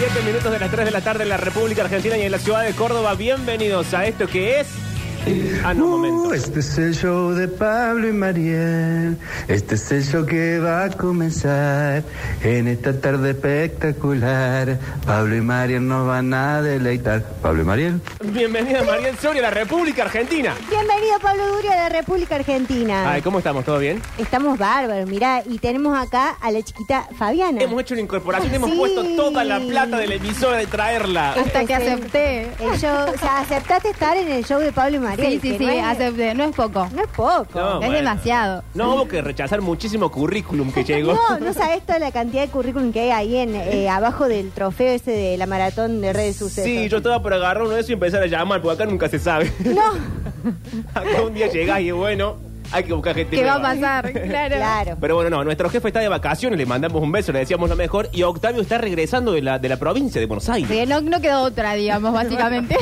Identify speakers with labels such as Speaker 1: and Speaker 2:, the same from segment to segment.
Speaker 1: 7 minutos de las 3 de la tarde en la República Argentina y en la ciudad de Córdoba. Bienvenidos a esto que es. Ah, no,
Speaker 2: Uh,
Speaker 1: momento.
Speaker 2: este es el show de Pablo y Mariel. Este es el show que va a comenzar en esta tarde espectacular. Pablo y Mariel nos van a deleitar. Pablo y Mariel.
Speaker 1: Bienvenida Mariel Soria a la República Argentina.
Speaker 3: Bienvenido Pablo Durio de la República Argentina.
Speaker 1: Ay, ¿cómo estamos? ¿Todo bien?
Speaker 3: Estamos bárbaros, mirá, y tenemos acá a la chiquita Fabiana.
Speaker 1: Hemos hecho una incorporación, hemos
Speaker 3: Sí.
Speaker 1: puesto toda la plata de la emisora de traerla.
Speaker 4: Hasta que
Speaker 3: Es el-
Speaker 4: acepté.
Speaker 3: El show, o sea, aceptaste estar en el show de Pablo y María.
Speaker 4: Sí, sí, sí,
Speaker 3: no es,
Speaker 4: acepté. No es poco.
Speaker 3: no es poco.
Speaker 1: No,
Speaker 4: es
Speaker 1: bueno.
Speaker 4: demasiado.
Speaker 1: No hubo que rechazar muchísimo currículum que llegó.
Speaker 3: No, no sabes toda la cantidad de currículum que hay ahí en, eh, abajo del trofeo ese de la maratón de redes sucesos.
Speaker 1: Sí, yo estaba por agarrar uno de esos y empezar a llamar, porque acá nunca se sabe.
Speaker 3: No,
Speaker 1: acá un día llegás y bueno, hay que buscar gente
Speaker 4: ¿Qué va a
Speaker 1: nueva.
Speaker 4: pasar? Claro.
Speaker 3: claro.
Speaker 1: Pero bueno, no, nuestro jefe está de vacaciones, le mandamos un beso, le decíamos lo mejor. Y Octavio está regresando de la, de la provincia de Buenos Aires.
Speaker 4: Sí, no, no quedó otra, digamos, básicamente.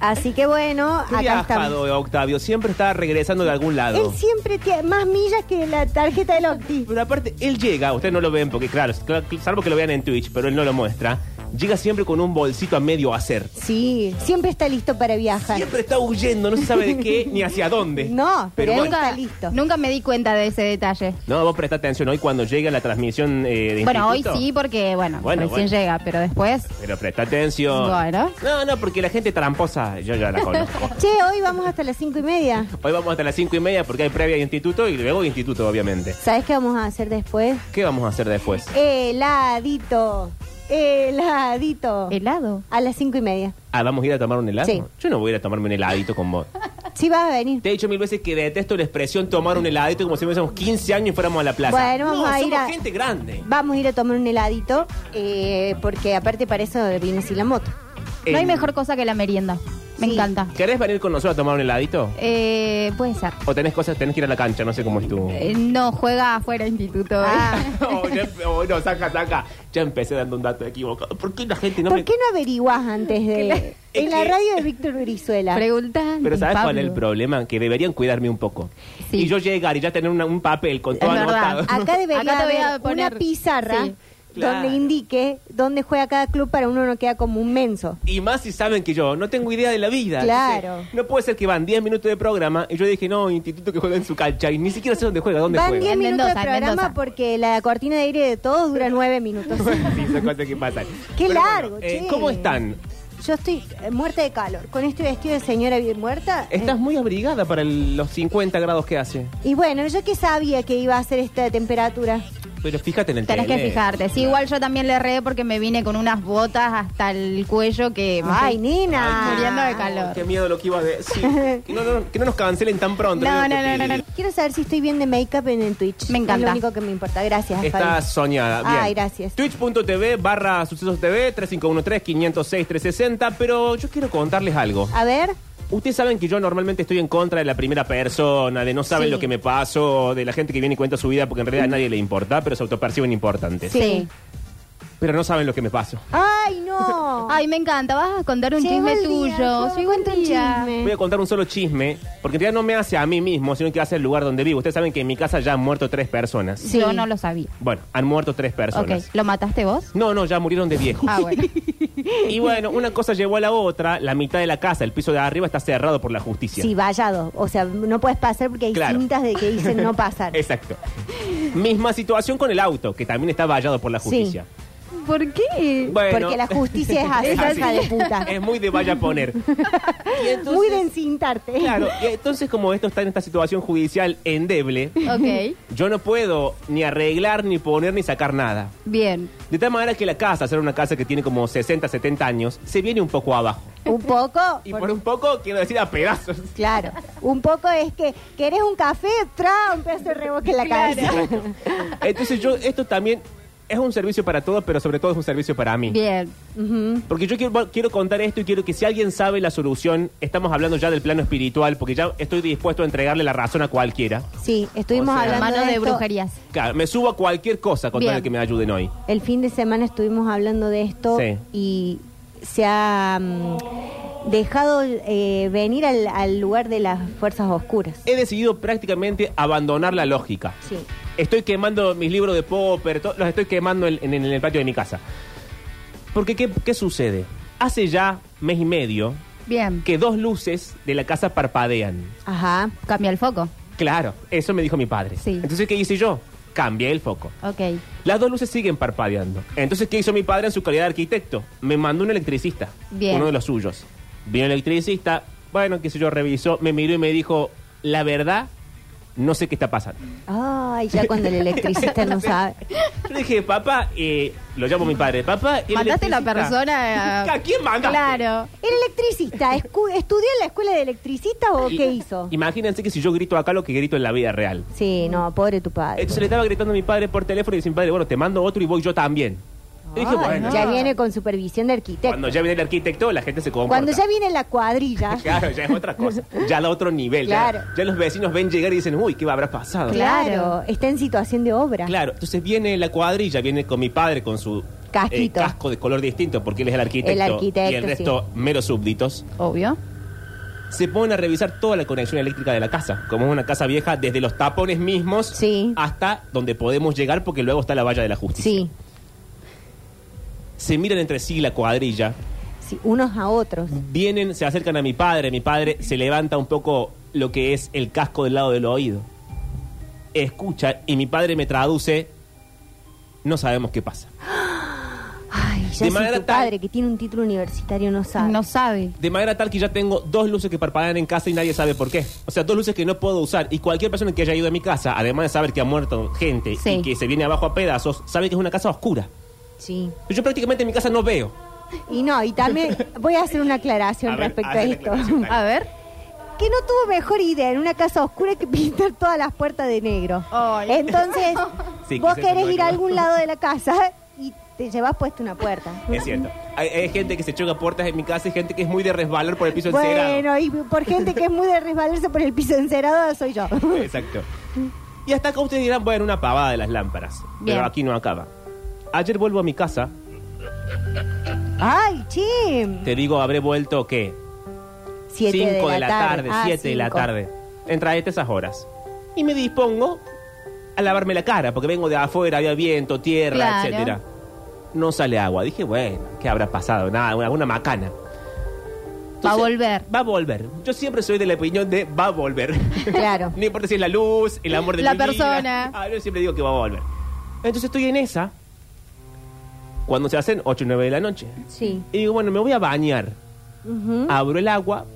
Speaker 3: Así que bueno,
Speaker 1: Qué
Speaker 3: acá
Speaker 1: viajado,
Speaker 3: estamos.
Speaker 1: Octavio, siempre está regresando de algún lado.
Speaker 3: Él siempre tiene más millas que la tarjeta del Octi.
Speaker 1: Pero aparte, él llega, ustedes no lo ven porque, claro, claro, salvo que lo vean en Twitch, pero él no lo muestra. Llega siempre con un bolsito a medio hacer.
Speaker 3: Sí, siempre está listo para viajar.
Speaker 1: Siempre está huyendo, no se sabe de qué ni hacia dónde.
Speaker 3: No, pero
Speaker 1: bueno.
Speaker 3: él
Speaker 4: nunca,
Speaker 3: está listo.
Speaker 4: nunca me di cuenta de ese detalle.
Speaker 1: No, vos presta atención hoy cuando llega la transmisión eh, de
Speaker 4: Bueno, hoy
Speaker 1: instituto.
Speaker 4: sí, porque, bueno,
Speaker 1: Bueno,
Speaker 4: recién
Speaker 1: bueno.
Speaker 4: llega, pero después.
Speaker 1: Pero presta atención.
Speaker 4: Bueno.
Speaker 1: No, no, porque la gente tramposa yo ya la conozco.
Speaker 3: Che, hoy vamos hasta las cinco y media.
Speaker 1: hoy vamos hasta las cinco y media porque hay previa de instituto y luego de instituto, obviamente.
Speaker 3: ¿Sabes qué vamos a hacer después?
Speaker 1: ¿Qué vamos a hacer después?
Speaker 3: Heladito. Heladito.
Speaker 4: ¿Helado?
Speaker 3: A las cinco y media.
Speaker 1: Ah, ¿vamos a ir a tomar un helado?
Speaker 3: Sí.
Speaker 1: Yo no voy a ir a tomarme un heladito con vos.
Speaker 3: Sí, vas a venir.
Speaker 1: Te he dicho mil veces que detesto la expresión tomar un heladito como si fuésemos 15 años y fuéramos a la plaza.
Speaker 3: Bueno, vamos
Speaker 1: no,
Speaker 3: a ir
Speaker 1: somos
Speaker 3: a-
Speaker 1: gente grande.
Speaker 3: Vamos a ir a tomar un heladito, eh, porque aparte para eso vine sin la moto.
Speaker 4: No hay
Speaker 1: Eh,
Speaker 4: mejor cosa que la merienda. Me
Speaker 3: Sí.
Speaker 4: encanta.
Speaker 1: ¿Querés venir con nosotros a tomar un heladito?
Speaker 4: Eh, puede ser.
Speaker 1: ¿O tenés cosas, tenés que ir a la cancha? No sé cómo es tu...
Speaker 4: Eh, no, juega afuera instituto. hoy.
Speaker 3: Ah.
Speaker 1: Oh, ya empe- oh, no, saca, saca. Ya empecé dando un dato equivocado. ¿Por qué la gente no
Speaker 3: ¿Por
Speaker 1: me...
Speaker 3: qué no averiguás antes de...?
Speaker 1: Que la-
Speaker 3: En la
Speaker 1: es que-
Speaker 3: radio de Víctor Brizuela.
Speaker 4: Pregunta.
Speaker 1: Pero
Speaker 4: de
Speaker 1: ¿sabes cuál
Speaker 4: Pablo.
Speaker 1: es el problema? Que deberían cuidarme un poco.
Speaker 4: Sí.
Speaker 1: Y yo llegar y ya tener una- un papel con
Speaker 4: Es
Speaker 1: todo
Speaker 4: verdad.
Speaker 1: anotado.
Speaker 3: Acá debería
Speaker 4: Acá te voy
Speaker 3: haber
Speaker 4: a
Speaker 3: una
Speaker 4: poner-
Speaker 3: pizarra
Speaker 4: Sí.
Speaker 3: donde
Speaker 1: Claro.
Speaker 3: indique dónde juega cada club para uno no queda como un menso.
Speaker 1: Y más si saben que yo no tengo idea de la vida.
Speaker 3: Claro.
Speaker 1: Entonces, No puede ser que van 10 minutos de programa y yo dije, no, instituto que juega en su cancha y ni siquiera sé dónde juega, dónde
Speaker 3: Van
Speaker 1: juega.
Speaker 3: 10
Speaker 4: En
Speaker 3: minutos de
Speaker 4: Mendoza, en
Speaker 3: programa
Speaker 4: Mendoza.
Speaker 3: porque la cortina de aire de todos dura 9 minutos.
Speaker 1: Sí, son cosas que pasan.
Speaker 3: Qué
Speaker 1: Pero
Speaker 3: largo,
Speaker 1: bueno, eh,
Speaker 3: che.
Speaker 1: ¿Cómo están?
Speaker 3: Yo estoy eh, muerta de calor. Con este vestido de señora bien muerta. eh,
Speaker 1: Estás muy abrigada para el- los 50 grados que hace.
Speaker 3: Y bueno, yo que sabía que iba a ser esta temperatura.
Speaker 1: Pero fíjate en el
Speaker 4: Tenés que
Speaker 1: tele.
Speaker 4: fijarte. Sí, igual yo también le erré porque me vine con unas botas hasta el cuello que. me
Speaker 3: Ay,
Speaker 4: estoy-
Speaker 3: nena.
Speaker 4: Ay, muriendo de calor.
Speaker 1: Qué miedo lo que iba a decir. Que no, no, que no nos cancelen tan pronto.
Speaker 4: No,
Speaker 1: Mira lo
Speaker 4: no,
Speaker 1: que
Speaker 4: no,
Speaker 1: te
Speaker 4: no,
Speaker 3: Quiero saber si estoy bien de make-up en el Twitch.
Speaker 4: Me encanta.
Speaker 3: Es lo único que me importa. Gracias,
Speaker 1: Está
Speaker 3: Fabi.
Speaker 1: soñada. Bien.
Speaker 3: Ay, gracias.
Speaker 1: Twitch.tv barra sucesos TV 3513-506-360. Pero yo quiero contarles algo.
Speaker 3: A ver.
Speaker 1: Ustedes saben que yo normalmente estoy en contra de la primera persona, de no saben
Speaker 4: Sí.
Speaker 1: lo que me pasó, de la gente que viene y cuenta su vida porque en realidad a nadie le importa, pero se autoperciben importantes.
Speaker 3: Sí.
Speaker 1: Pero no saben lo que me pasó.
Speaker 3: Ay, no.
Speaker 4: Ay, me encanta. Vas a contar un
Speaker 3: Llegó
Speaker 4: chisme
Speaker 3: el día,
Speaker 4: tuyo.
Speaker 3: yo
Speaker 4: Llegó el
Speaker 3: cuento un
Speaker 4: día.
Speaker 3: chisme.
Speaker 1: Voy a contar un solo chisme, porque en realidad no me hace a mí mismo, sino que hace al lugar donde vivo. Ustedes saben que en mi casa ya han muerto tres personas.
Speaker 3: Sí.
Speaker 4: Yo no lo sabía.
Speaker 1: Bueno, han muerto tres personas.
Speaker 4: Ok, ¿lo mataste vos?
Speaker 1: No, no, ya murieron de viejo.
Speaker 4: Ah, bueno.
Speaker 1: Y bueno, una cosa llevó a la otra, la mitad de la casa, el piso de arriba está cerrado por la justicia.
Speaker 3: Sí, vallado. O sea, no puedes pasar porque hay
Speaker 1: Claro.
Speaker 3: cintas de que dicen no pasar.
Speaker 1: Exacto. Misma situación con el auto, que también está vallado por la
Speaker 3: Sí.
Speaker 1: justicia.
Speaker 4: ¿Por qué?
Speaker 1: Bueno,
Speaker 3: Porque la justicia es así,
Speaker 1: es así.
Speaker 3: hija de puta.
Speaker 1: Es muy de vaya a poner. Y entonces-
Speaker 3: Muy de encintarte.
Speaker 1: Claro, y entonces como esto está en esta situación judicial endeble,
Speaker 4: Ok,
Speaker 1: yo no puedo ni arreglar, ni poner, ni sacar nada.
Speaker 4: bien.
Speaker 1: De tal manera que la casa, ser una casa que tiene como 60, 70 años, se viene un poco abajo.
Speaker 3: Un poco.
Speaker 1: Y por un poco quiero decir a pedazos.
Speaker 3: Claro, un poco es que querés un café, tra, un pedazo de reboque en la cabeza.
Speaker 1: Entonces yo, esto también es un servicio para todos, pero sobre todo es un servicio para mí.
Speaker 4: Bien.
Speaker 3: Ujú.
Speaker 1: Porque yo quiero, quiero contar esto y quiero que si alguien sabe la solución, estamos hablando ya del plano espiritual, porque ya estoy dispuesto a entregarle la razón a cualquiera.
Speaker 3: Sí, estuvimos
Speaker 1: O sea,
Speaker 3: hablando
Speaker 4: Mano de
Speaker 3: esto.
Speaker 4: brujerías.
Speaker 1: Claro, me subo a cualquier cosa con
Speaker 4: Bien.
Speaker 1: tal de que me ayuden hoy.
Speaker 3: El fin de semana estuvimos hablando de esto
Speaker 1: Sí.
Speaker 3: y se ha mm, dejado eh, venir al, al lugar de las fuerzas oscuras.
Speaker 1: He decidido prácticamente abandonar la lógica.
Speaker 3: Sí.
Speaker 1: Estoy quemando mis libros de Popper, to- los estoy quemando en, en- en el patio de mi casa. Porque ¿qué, qué sucede? Hace ya mes y medio
Speaker 4: Bien.
Speaker 1: que dos luces de la casa parpadean.
Speaker 3: Ajá.
Speaker 4: Cambia el foco.
Speaker 1: Claro, eso me dijo mi padre.
Speaker 4: Sí.
Speaker 1: Entonces, ¿qué hice yo? Cambié el foco.
Speaker 4: Ok.
Speaker 1: Las dos luces siguen parpadeando. Entonces, ¿qué hizo mi padre en su calidad de arquitecto? Me mandó un electricista,
Speaker 4: Bien.
Speaker 1: uno de los suyos. Vino el electricista, bueno, qué sé yo, revisó, me miró y me dijo, la verdad, no sé qué está pasando.
Speaker 3: Ay, ya cuando el electricista no sabe.
Speaker 1: Yo le dije, papá, eh, lo llamo a mi padre, papá. el
Speaker 4: Mandaste la
Speaker 1: electricista-
Speaker 4: persona.
Speaker 1: ¿A quién mandaste?
Speaker 4: Claro.
Speaker 3: ¿El electricista escu- estudió en la escuela de electricistas o
Speaker 1: Y-
Speaker 3: qué hizo?
Speaker 1: Imagínense que si yo grito acá lo que grito en la vida real.
Speaker 3: Sí, no, pobre tu padre.
Speaker 1: Entonces le estaba gritando a mi padre por teléfono y dice mi padre, bueno, te mando otro y voy yo también. Y dije,
Speaker 3: Ay,
Speaker 1: bueno,
Speaker 3: ya viene con supervisión de arquitecto.
Speaker 1: cuando ya viene el arquitecto, la gente se comporta.
Speaker 3: Cuando ya viene la cuadrilla.
Speaker 1: Claro, ya es otra cosa. Ya da otro nivel. ya-
Speaker 3: Claro.
Speaker 1: Ya, los vecinos ven llegar y dicen, uy, ¿qué habrá pasado?
Speaker 4: Claro.
Speaker 3: Claro, está en situación de obra.
Speaker 1: Claro, entonces viene la cuadrilla, viene con mi padre con su eh,
Speaker 3: Casquito.
Speaker 1: casco de color distinto, porque él es el arquitecto,
Speaker 3: El arquitecto,
Speaker 1: y el
Speaker 3: sí.
Speaker 1: resto meros súbditos.
Speaker 4: Obvio.
Speaker 1: Se ponen a revisar toda la conexión eléctrica de la casa, como es una casa vieja, desde los tapones mismos
Speaker 3: Sí.
Speaker 1: hasta donde podemos llegar, porque luego está la valla de la justicia.
Speaker 3: Sí,
Speaker 1: Se miran entre sí la cuadrilla,
Speaker 3: sí, unos a otros.
Speaker 1: vienen, se acercan a mi padre, mi padre se levanta un poco lo que es el casco del lado del oído. Escucha y mi padre me traduce, no sabemos qué pasa.
Speaker 3: Ay, ya
Speaker 1: De
Speaker 3: si
Speaker 1: manera
Speaker 3: tu
Speaker 1: tal-
Speaker 3: padre que tiene un título universitario no sabe.
Speaker 4: No sabe.
Speaker 1: De manera tal que ya tengo dos luces que parpadean en casa y nadie sabe por qué. O sea, dos luces que no puedo usar. Y cualquier persona que haya ido a mi casa, además de saber que ha muerto gente
Speaker 4: Sí.
Speaker 1: y que se viene abajo a pedazos, sabe que es una casa oscura.
Speaker 3: Sí.
Speaker 1: Yo prácticamente en mi casa no veo.
Speaker 3: Y no, y también voy a hacer una aclaración
Speaker 1: A ver,
Speaker 3: respecto a
Speaker 1: haz la
Speaker 3: esto.
Speaker 1: aclaración, dale.
Speaker 4: A ver.
Speaker 3: que no tuvo mejor idea en una casa oscura que pintar todas las puertas de negro.
Speaker 4: Ay.
Speaker 3: Entonces,
Speaker 1: Sí,
Speaker 3: vos
Speaker 1: quizás
Speaker 3: querés
Speaker 1: no
Speaker 3: ir a
Speaker 1: hay-
Speaker 3: algún lado de la casa y te llevas puesta una puerta.
Speaker 1: Es cierto. Hay, hay gente que se choca puertas en mi casa y gente que es muy de resbalar por el piso encerado.
Speaker 3: Bueno, y por gente que es muy de resbalarse por el piso encerado, soy yo.
Speaker 1: Exacto. Y hasta acá ustedes dirán, bueno, una pavada de las lámparas.
Speaker 4: Bien.
Speaker 1: Pero aquí no acaba. Ayer vuelvo a mi casa,
Speaker 3: Ay, chim.
Speaker 1: te digo, habré vuelto, ¿qué?
Speaker 3: Siete
Speaker 1: Cinco de la tarde,
Speaker 3: Ah,
Speaker 1: siete de la
Speaker 3: cinco.
Speaker 1: tarde. Entraete esas horas. Y me dispongo a lavarme la cara, porque vengo de afuera, había viento, tierra,
Speaker 4: Claro.
Speaker 1: etcétera. No sale agua. Dije, bueno, ¿qué habrá pasado? Nada, una, una macana.
Speaker 4: Va a
Speaker 1: Entonces,
Speaker 4: volver.
Speaker 1: Va a volver. Yo siempre soy de la opinión de va a volver.
Speaker 3: Claro.
Speaker 1: No importa si es la luz, el amor de
Speaker 4: La
Speaker 1: mi vida.
Speaker 4: persona.
Speaker 1: Ah, yo siempre digo que va a volver. Entonces estoy en esa. Cuando se hacen 8 o 9 de la noche.
Speaker 3: Sí.
Speaker 1: Y digo, bueno, me voy a bañar.
Speaker 3: Ujú.
Speaker 1: Abro el agua,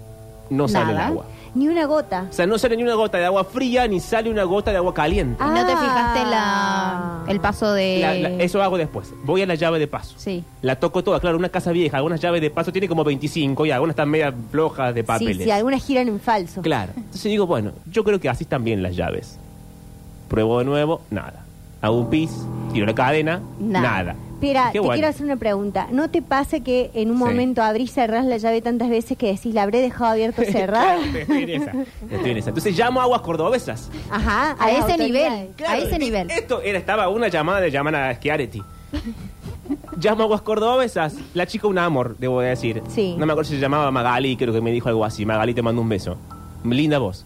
Speaker 1: no sale el
Speaker 4: ¿Mm? Nada.
Speaker 1: agua.
Speaker 3: Ni una gota.
Speaker 1: O sea, no sale ni una gota de agua fría, ni sale una gota de agua caliente.
Speaker 3: Ah.
Speaker 4: ¿No te fijaste la, el paso de...?
Speaker 1: La- la- eso hago después. Voy a la llave de paso.
Speaker 4: eh. Sí.
Speaker 1: La toco toda. Claro, una casa vieja, algunas llaves de paso tiene como 25 y algunas están media flojas de papeles.
Speaker 3: Sí, sí, algunas giran en falso.
Speaker 1: Claro. Entonces digo, bueno, yo creo que así están bien las llaves. Pruebo de nuevo, nada. Hago un pis, tiro la cadena,
Speaker 4: Nada.
Speaker 1: nada.
Speaker 3: Espera,
Speaker 1: Qué
Speaker 3: te
Speaker 1: bueno.
Speaker 3: quiero hacer una pregunta. ¿No te pasa que en un
Speaker 1: Sí.
Speaker 3: momento abrís y cerrás la llave tantas veces que decís, la habré dejado abierta o cerrada?
Speaker 1: Estoy en esa, estoy en esa. Entonces llamo a aguas cordobesas.
Speaker 3: Ajá,
Speaker 4: A
Speaker 3: las
Speaker 4: ese
Speaker 3: autoridades.
Speaker 4: nivel. A
Speaker 3: Este
Speaker 4: ese nivel.
Speaker 1: Esto era, estaba una llamada de llamada a Schiaretti. Llamo a aguas cordobesas. La chica un amor, debo de decir.
Speaker 3: Sí.
Speaker 1: No me acuerdo si se llamaba Magali, creo que me dijo algo así. Magali, te mando un beso. Linda voz.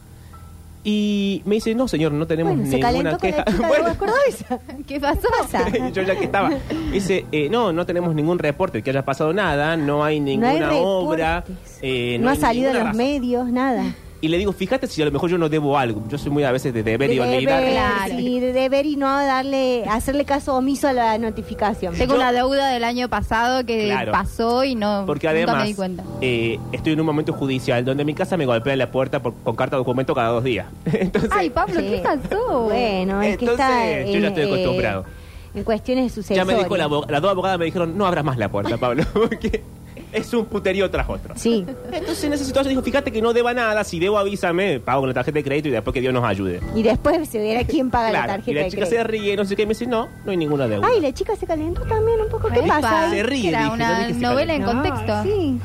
Speaker 1: Y me dice, no, señor, no tenemos
Speaker 3: Bueno, se
Speaker 1: ninguna
Speaker 3: calentó con
Speaker 1: queja.
Speaker 3: la chica
Speaker 1: Bueno.
Speaker 3: de Cordobesa.
Speaker 4: ¿Qué pasó?
Speaker 3: Pasa.
Speaker 1: yo ya que estaba. Dice, eh, no, no tenemos ningún reporte que haya pasado nada, no hay
Speaker 3: No hay
Speaker 1: ninguna obra.
Speaker 3: reportes.
Speaker 1: eh,
Speaker 3: no, ha
Speaker 1: hay
Speaker 3: salido en
Speaker 1: ninguna
Speaker 3: los
Speaker 1: razón.
Speaker 3: medios, nada.
Speaker 1: Y le digo, fíjate si a lo mejor yo no debo algo. Yo soy muy a veces de deber y
Speaker 3: De
Speaker 1: olvidar.
Speaker 3: deber,
Speaker 4: Claro.
Speaker 3: sí, de deber y no darle, hacerle caso omiso a la notificación.
Speaker 4: Tengo
Speaker 1: Yo-
Speaker 4: una deuda del año pasado que
Speaker 1: Claro.
Speaker 4: pasó y no
Speaker 1: Porque
Speaker 4: nunca
Speaker 1: además
Speaker 4: me di cuenta.
Speaker 1: eh, estoy en un momento judicial donde en mi casa me golpea la puerta por- con carta de documento cada dos días. Entonces,
Speaker 4: Ay, Pablo,
Speaker 3: Sí.
Speaker 4: Ah, ¿qué pasó?
Speaker 3: Bueno, es que
Speaker 1: Entonces,
Speaker 3: está...
Speaker 1: yo ya
Speaker 3: en,
Speaker 1: estoy
Speaker 3: eh,
Speaker 1: acostumbrado.
Speaker 3: en cuestiones de sucesión.
Speaker 1: ya me dijo la abo- las dos abogadas me dijeron, no abras más la puerta, Pablo, porque es un puterío tras otro.
Speaker 3: Sí,
Speaker 1: Entonces en esa situación dijo, fíjate que no deba nada, si debo avísame, pago con la tarjeta de crédito y después que Dios nos ayude.
Speaker 3: y después se verá quién paga la
Speaker 1: Claro,
Speaker 3: tarjeta
Speaker 1: y la
Speaker 3: de
Speaker 1: chica se
Speaker 3: crédito.
Speaker 1: ríe, no sé qué, y me dice, no, no hay ninguna deuda.
Speaker 3: Ay, la chica se calentó también un poco. ¿Qué
Speaker 4: Epa,
Speaker 3: pasa? ahí?
Speaker 1: Se ríe,
Speaker 4: Era
Speaker 1: dije, yo
Speaker 4: una
Speaker 1: dije, se
Speaker 4: novela en
Speaker 1: calentó.
Speaker 4: contexto.
Speaker 3: Sí.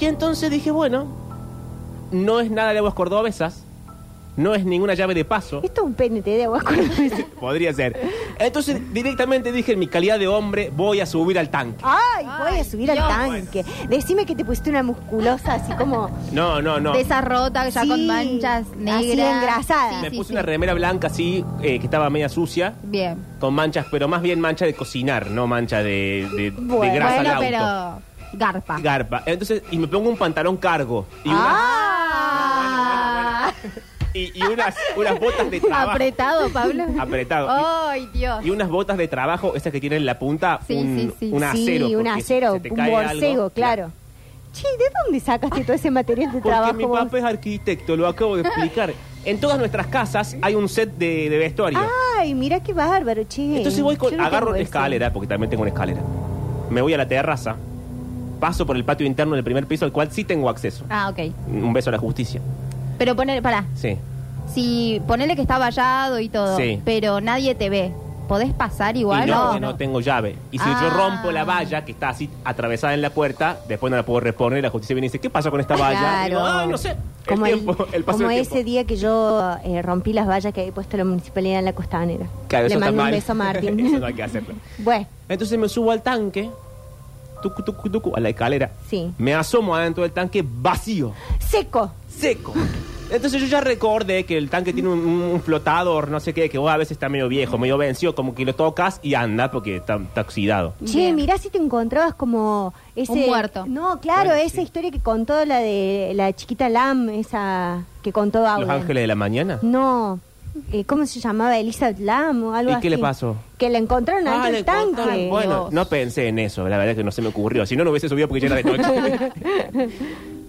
Speaker 1: Y entonces dije, bueno, no es nada de aguas cordobesas, No es ninguna llave de paso.
Speaker 3: Esto es un PNT de agua cordobesa.
Speaker 1: Podría ser. Entonces, directamente dije, en mi calidad de hombre, voy a subir al tanque.
Speaker 3: Ay, voy
Speaker 4: Ay,
Speaker 3: a subir
Speaker 4: Dios.
Speaker 3: al tanque. Decime que te pusiste una musculosa así como.
Speaker 1: No, no, no.
Speaker 4: De esa rota, ya
Speaker 3: Sí,
Speaker 4: con manchas
Speaker 3: así
Speaker 4: negras.
Speaker 3: engrasada.
Speaker 1: Me
Speaker 4: sí,
Speaker 1: puse
Speaker 4: sí.
Speaker 1: una remera blanca así, eh, que estaba media sucia,
Speaker 4: Bien.
Speaker 1: con manchas, pero más bien mancha de cocinar, no mancha de, de- de
Speaker 3: Bueno,
Speaker 1: grasa al
Speaker 4: bueno,
Speaker 1: auto.
Speaker 4: pero garpa.
Speaker 1: Garpa. Entonces, y me pongo un pantalón cargo. Y una-
Speaker 4: Ah.
Speaker 1: y, y unas, unas botas de trabajo.
Speaker 4: Apretado, Pablo.
Speaker 1: Apretado.
Speaker 4: Ay, Dios.
Speaker 1: Y unas botas de trabajo, esas que tienen en la punta,
Speaker 4: Sí,
Speaker 1: un,
Speaker 4: sí, sí.
Speaker 1: un acero.
Speaker 3: Sí, un
Speaker 1: porque si
Speaker 3: acero,
Speaker 1: se te
Speaker 3: un
Speaker 1: cae algo-
Speaker 3: borcego, claro. Che, ¿de dónde sacaste todo ese material de
Speaker 1: Porque
Speaker 3: trabajo?
Speaker 1: mi
Speaker 3: vos?
Speaker 1: papá es arquitecto, lo acabo de explicar. En todas nuestras casas hay un set de, de vestuario.
Speaker 3: Ay, mira qué bárbaro, che.
Speaker 1: Entonces voy
Speaker 3: Ah, Yo
Speaker 1: con,
Speaker 3: no
Speaker 1: agarro
Speaker 3: tengo
Speaker 1: una
Speaker 3: eso.
Speaker 1: escalera, porque también tengo una escalera. Me voy a la terraza, paso por el patio interno del primer piso, al cual sí tengo acceso.
Speaker 4: Ah, ok.
Speaker 1: Un beso a la justicia.
Speaker 4: Pero ponele, pará.
Speaker 1: Sí.
Speaker 4: Si ponele que está vallado y todo,
Speaker 1: Sí.
Speaker 4: pero nadie te ve, ¿podés pasar igual?
Speaker 1: y no,
Speaker 4: o
Speaker 1: porque no tengo llave. Y si yo
Speaker 4: Ah.
Speaker 1: rompo la valla que está así atravesada en la puerta, después no la puedo reponer y la justicia viene y dice, ¿qué pasó con esta valla? Y digo, "Ay, no sé. El
Speaker 3: Como, el-
Speaker 1: tiempo, el paso
Speaker 3: como
Speaker 1: del
Speaker 3: ese
Speaker 1: tiempo".
Speaker 3: día que yo eh, rompí las vallas que había puesto la municipalidad en la costanera.
Speaker 1: Claro,
Speaker 3: Le
Speaker 1: eso está
Speaker 3: mando un
Speaker 1: mal.
Speaker 3: beso a Martín.
Speaker 1: Eso no hay que hacerlo.
Speaker 3: Bueno,
Speaker 1: Entonces me subo al tanque, tucu, tucu, tucu, a la escalera.
Speaker 3: Sí.
Speaker 1: Me asomo adentro del tanque vacío,
Speaker 3: seco.
Speaker 1: seco. Entonces yo ya recordé que el tanque tiene un, un flotador, no sé qué, que vos a veces está medio viejo, medio vencido, como que lo tocas y anda porque está, está oxidado.
Speaker 3: Che,
Speaker 4: Bien.
Speaker 3: mirá si te encontrabas como ese.
Speaker 4: Un muerto.
Speaker 3: No, claro,
Speaker 1: Bueno,
Speaker 3: esa
Speaker 1: sí.
Speaker 3: historia que contó la de la chiquita Lam, esa que contó Auden.
Speaker 1: Los Ángeles de la Mañana.
Speaker 3: No. eh, ¿Cómo se llamaba? Elizabeth Lam o algo
Speaker 1: ¿Y
Speaker 3: así.
Speaker 1: qué le pasó?
Speaker 3: Que la encontraron
Speaker 1: Ah,
Speaker 3: adentro
Speaker 1: le
Speaker 3: del tanque.
Speaker 1: cortaron. Bueno,
Speaker 4: Dios.
Speaker 1: no pensé en eso, la verdad que no se me ocurrió. Si no, no hubiese subido porque ya era de noche.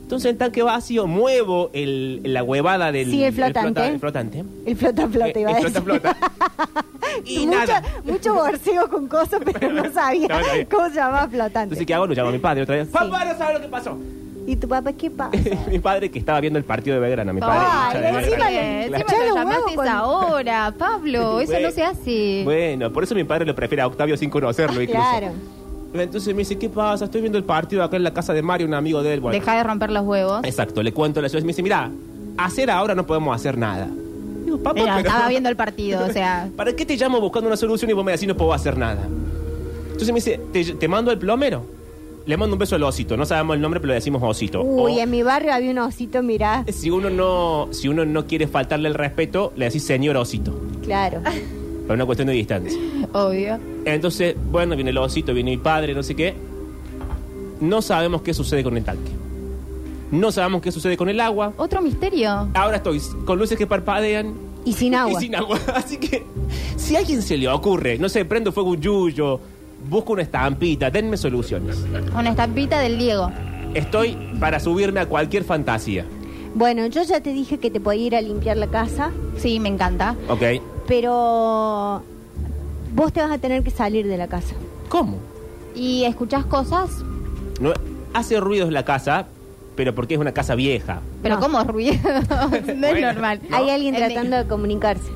Speaker 1: Entonces el tanque vacío, muevo el, la huevada del
Speaker 3: Sí, el flotante.
Speaker 1: flota- el flotante.
Speaker 3: El flota flota
Speaker 1: Eh,
Speaker 3: iba a
Speaker 1: el
Speaker 3: decir.
Speaker 1: flota, flota. y
Speaker 3: mucho,
Speaker 1: nada.
Speaker 3: mucho borcego con cosas, pero no sabía
Speaker 1: No, no sabía.
Speaker 3: cómo se llamaba flotante.
Speaker 1: Entonces, ¿qué hago? Lo llamo a mi padre otra vez. Papá, no sabe lo que pasó.
Speaker 3: ¿Y tu papá qué pasa?
Speaker 1: mi padre que estaba viendo el partido de Belgrano. Mi padre.
Speaker 3: Ay,
Speaker 1: hincha de
Speaker 3: encima
Speaker 1: Belgrano.
Speaker 3: le-
Speaker 1: Claro.
Speaker 4: encima
Speaker 3: Ya
Speaker 4: lo
Speaker 3: lo
Speaker 4: llamaste
Speaker 3: huevo con-
Speaker 4: ahora, Pablo, eso
Speaker 1: Bueno,
Speaker 4: no se hace.
Speaker 1: Bueno, por eso mi padre lo prefiere a Octavio sin conocerlo incluso.
Speaker 3: Claro.
Speaker 1: Entonces me dice, ¿qué pasa? Estoy viendo el partido acá en la casa de Mario, un amigo de él. Bueno,
Speaker 4: Deja de romper los huevos.
Speaker 1: Exacto, le cuento la ciudad. Me dice, mira, hacer ahora no podemos hacer nada. Digo, papá,
Speaker 4: Mira,
Speaker 1: pero-
Speaker 4: estaba viendo el partido, o sea.
Speaker 1: ¿Para qué te llamo buscando una solución y vos me decís no puedo hacer nada? Entonces me dice, te, te mando al plomero. Le mando un beso al osito. No sabemos el nombre, pero le decimos osito.
Speaker 3: Uy,
Speaker 1: O-
Speaker 3: en mi barrio había un osito, mirá.
Speaker 1: si uno no si uno no quiere faltarle el respeto, le decís señor osito.
Speaker 3: Claro.
Speaker 1: Por una cuestión de distancia.
Speaker 4: Obvio.
Speaker 1: Entonces, bueno, viene el osito, viene mi padre, no sé qué. No sabemos qué sucede con el tanque. No sabemos qué sucede con el agua.
Speaker 4: Otro misterio.
Speaker 1: Ahora estoy con luces que parpadean,
Speaker 3: Y sin agua.
Speaker 1: Y sin agua. Así que, si a alguien se le ocurre, no sé, prendo fuego un yuyo, busco una estampita, denme soluciones.
Speaker 4: Una estampita del Diego.
Speaker 1: Estoy para subirme a cualquier fantasía.
Speaker 3: Bueno, yo ya te dije que te podía ir a limpiar la casa,
Speaker 4: Sí, me encanta.
Speaker 1: ¿Ok?
Speaker 3: pero vos te vas a tener que salir de la casa.
Speaker 1: ¿Cómo?
Speaker 4: ¿Y escuchás cosas?
Speaker 1: No, hace ruidos la casa, pero porque es una casa vieja.
Speaker 4: Pero
Speaker 3: No.
Speaker 4: como ruido? no es
Speaker 1: Bueno,
Speaker 4: normal.
Speaker 3: Hay alguien
Speaker 4: El de-
Speaker 3: tratando de comunicarse.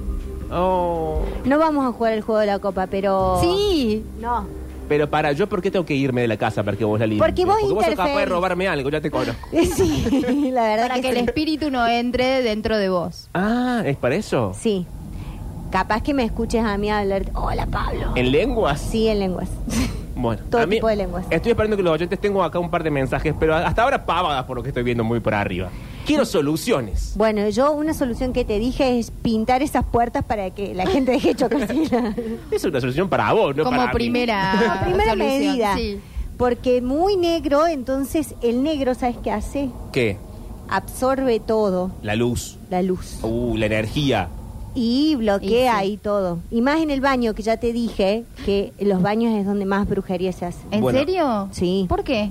Speaker 1: Oh.
Speaker 3: No vamos a jugar el juego de la copa, pero...
Speaker 4: Sí.
Speaker 3: No.
Speaker 1: Pero para, ¿yo por qué tengo que irme de la casa para que vos la limpies?
Speaker 3: Porque vos
Speaker 1: sos
Speaker 3: interferís.
Speaker 1: capaz de robarme algo, ya te conozco.
Speaker 3: Sí, la verdad
Speaker 4: Para
Speaker 3: que,
Speaker 4: que el
Speaker 3: sí.
Speaker 4: espíritu no entre dentro de vos.
Speaker 1: Ah, ¿es para eso?
Speaker 3: Sí. Capaz que me escuches a mí hablar. Hola, Pablo.
Speaker 1: ¿En lenguas?
Speaker 3: Sí, en lenguas.
Speaker 1: Bueno,
Speaker 3: Todo
Speaker 1: a mí-
Speaker 3: tipo de lenguas.
Speaker 1: Estoy esperando que los oyentes tengo acá un par de mensajes, pero hasta ahora pavadas por lo que estoy viendo muy por arriba. Quiero soluciones.
Speaker 3: Bueno, yo una solución que te dije es pintar esas puertas para que la gente deje de chocosina.
Speaker 1: Es una solución para vos, no para
Speaker 4: como
Speaker 1: mí.
Speaker 4: primera.
Speaker 3: Como primera
Speaker 4: Ah, solución.
Speaker 3: medida.
Speaker 4: Sí.
Speaker 3: Porque muy negro, entonces el negro, ¿sabes qué hace?
Speaker 1: ¿Qué?
Speaker 3: Absorbe todo,
Speaker 1: La luz.
Speaker 3: la luz.
Speaker 1: Uh, la energía.
Speaker 3: Y bloquea
Speaker 4: Y sí.
Speaker 3: ahí todo. Y más en el baño, que ya te dije que en los baños es donde más brujería se hace.
Speaker 4: ¿En
Speaker 1: Bueno.
Speaker 4: serio?
Speaker 3: Sí.
Speaker 4: ¿Por qué?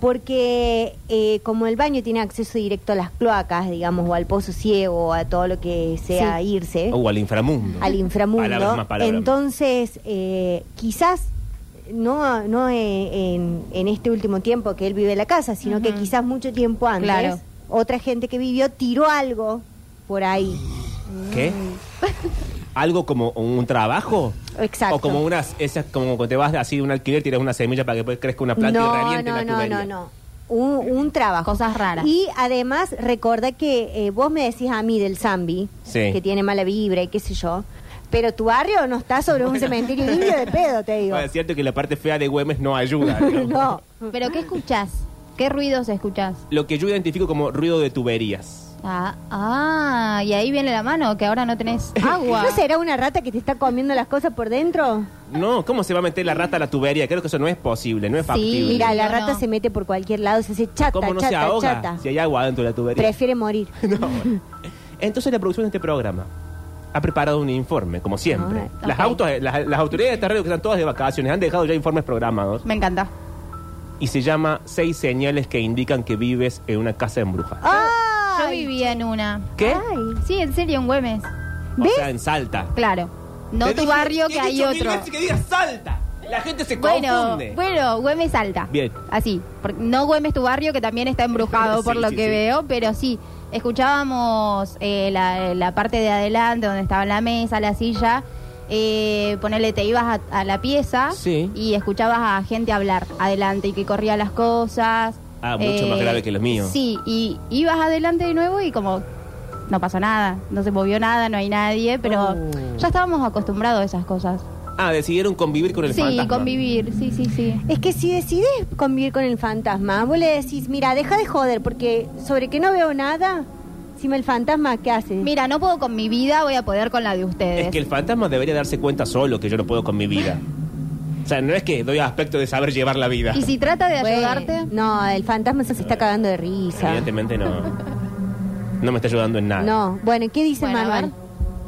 Speaker 3: Porque eh, como el baño tiene acceso directo a las cloacas, digamos, o al pozo ciego, o a todo lo que sea
Speaker 4: Sí.
Speaker 3: irse,
Speaker 1: Uh, al inframundo.
Speaker 3: ¿Eh? al inframundo,
Speaker 1: Palabras más, palabras más.
Speaker 3: entonces eh, quizás no, no eh, en, en este último tiempo que él vive en la casa, sino que
Speaker 4: Ujú.
Speaker 3: quizás mucho tiempo antes,
Speaker 4: Claro.
Speaker 3: otra gente que vivió tiró algo por ahí.
Speaker 1: ¿Qué? ¿Algo como un trabajo?
Speaker 3: Exacto.
Speaker 1: O como unas, esas, como cuando te vas así de un alquiler, tiras una semilla para que después crezca una planta y
Speaker 3: no,
Speaker 1: reviente
Speaker 3: no,
Speaker 1: la
Speaker 3: no,
Speaker 1: tubería. Ah,
Speaker 3: no, no. un, un trabajo.
Speaker 4: Cosas raras.
Speaker 3: Y además, recuerda que eh, vos me decís a mí del Zambi,
Speaker 1: Sí.
Speaker 3: que tiene mala vibra y qué sé yo, pero tu barrio no está sobre un cementerio indio de pedo, te digo.
Speaker 1: Ah, es cierto que la parte fea de Güemes no ayuda. ¿no?
Speaker 3: no.
Speaker 4: ¿Pero
Speaker 3: Ah.
Speaker 4: qué escuchás? ¿Qué ruidos escuchás?
Speaker 1: Lo que yo identifico como ruido de tuberías.
Speaker 4: Ah, ah, y ahí viene la mano, que ahora no tenés agua.
Speaker 3: ¿No será una rata que te está comiendo las cosas por dentro?
Speaker 1: No, ¿cómo se va a meter la rata a la tubería? Creo que eso no es posible, no es
Speaker 4: Sí,
Speaker 1: factible.
Speaker 3: Mira, la
Speaker 4: No,
Speaker 3: rata
Speaker 4: no.
Speaker 3: se mete por cualquier lado, se hace chata,
Speaker 1: ¿Cómo no
Speaker 3: chata,
Speaker 1: se ahoga
Speaker 3: chata.
Speaker 1: si hay agua dentro de la tubería?
Speaker 3: Prefiere morir.
Speaker 1: No, bueno. Entonces la producción de este programa ha preparado un informe, como siempre.
Speaker 4: Ah,
Speaker 1: las,
Speaker 4: ok.
Speaker 1: autos- las, las autoridades de esta radio que están todas de vacaciones han dejado ya informes programados
Speaker 4: Me encanta.
Speaker 1: y se llama Seis señales que indican que vives en una casa embrujada.
Speaker 3: ¡Ah!
Speaker 4: Yo vivía en una.
Speaker 1: ¿Qué?
Speaker 3: Ay.
Speaker 4: Sí, en serio, en Güemes.
Speaker 1: O
Speaker 3: ¿Ves?
Speaker 1: sea, en Salta.
Speaker 4: Claro. No
Speaker 1: Te
Speaker 4: tu
Speaker 1: dije-
Speaker 4: barrio
Speaker 1: te
Speaker 4: que
Speaker 1: he
Speaker 4: hay
Speaker 1: dicho mil
Speaker 4: otro.
Speaker 1: veces que digas Salta. La gente se
Speaker 4: Bueno,
Speaker 1: confunde.
Speaker 4: bueno, Güemes alta.
Speaker 1: Bien.
Speaker 4: Así. Porque no Güemes tu barrio, que también está embrujado por
Speaker 1: Sí,
Speaker 4: lo
Speaker 1: sí,
Speaker 4: que
Speaker 1: sí.
Speaker 4: veo, pero sí. Escuchábamos eh, la, la parte de adelante donde estaba la mesa, la silla. Eh, ponele, te ibas a, a la pieza
Speaker 1: Sí.
Speaker 4: y escuchabas a gente hablar adelante y que corría las cosas. Eh,
Speaker 1: Ah, mucho más grave que los míos.
Speaker 4: Sí, y ibas adelante de nuevo y como no pasó nada, no se movió nada, no hay nadie, pero
Speaker 1: Oh.
Speaker 4: ya estábamos acostumbrados a esas cosas.
Speaker 1: Ah, decidieron convivir con el
Speaker 4: sí,
Speaker 1: fantasma.
Speaker 4: convivir, sí, sí, sí.
Speaker 3: Es que si decides convivir con el fantasma, vos le decís, mira, deja de joder, porque sobre que no veo nada, si me el fantasma, ¿qué hace?
Speaker 4: Mira, no puedo con mi vida, voy a poder con la de ustedes.
Speaker 1: Es que el fantasma debería darse cuenta solo que yo no puedo con mi vida. O sea, no es que doy aspecto de saber llevar la vida.
Speaker 4: Y si trata de
Speaker 3: Bueno,
Speaker 4: ayudarte,
Speaker 3: No, el fantasma se está cagando de risa.
Speaker 1: Evidentemente no. No me está ayudando en nada.
Speaker 3: No, bueno, ¿qué dice
Speaker 4: Bueno, a
Speaker 3: Manuel?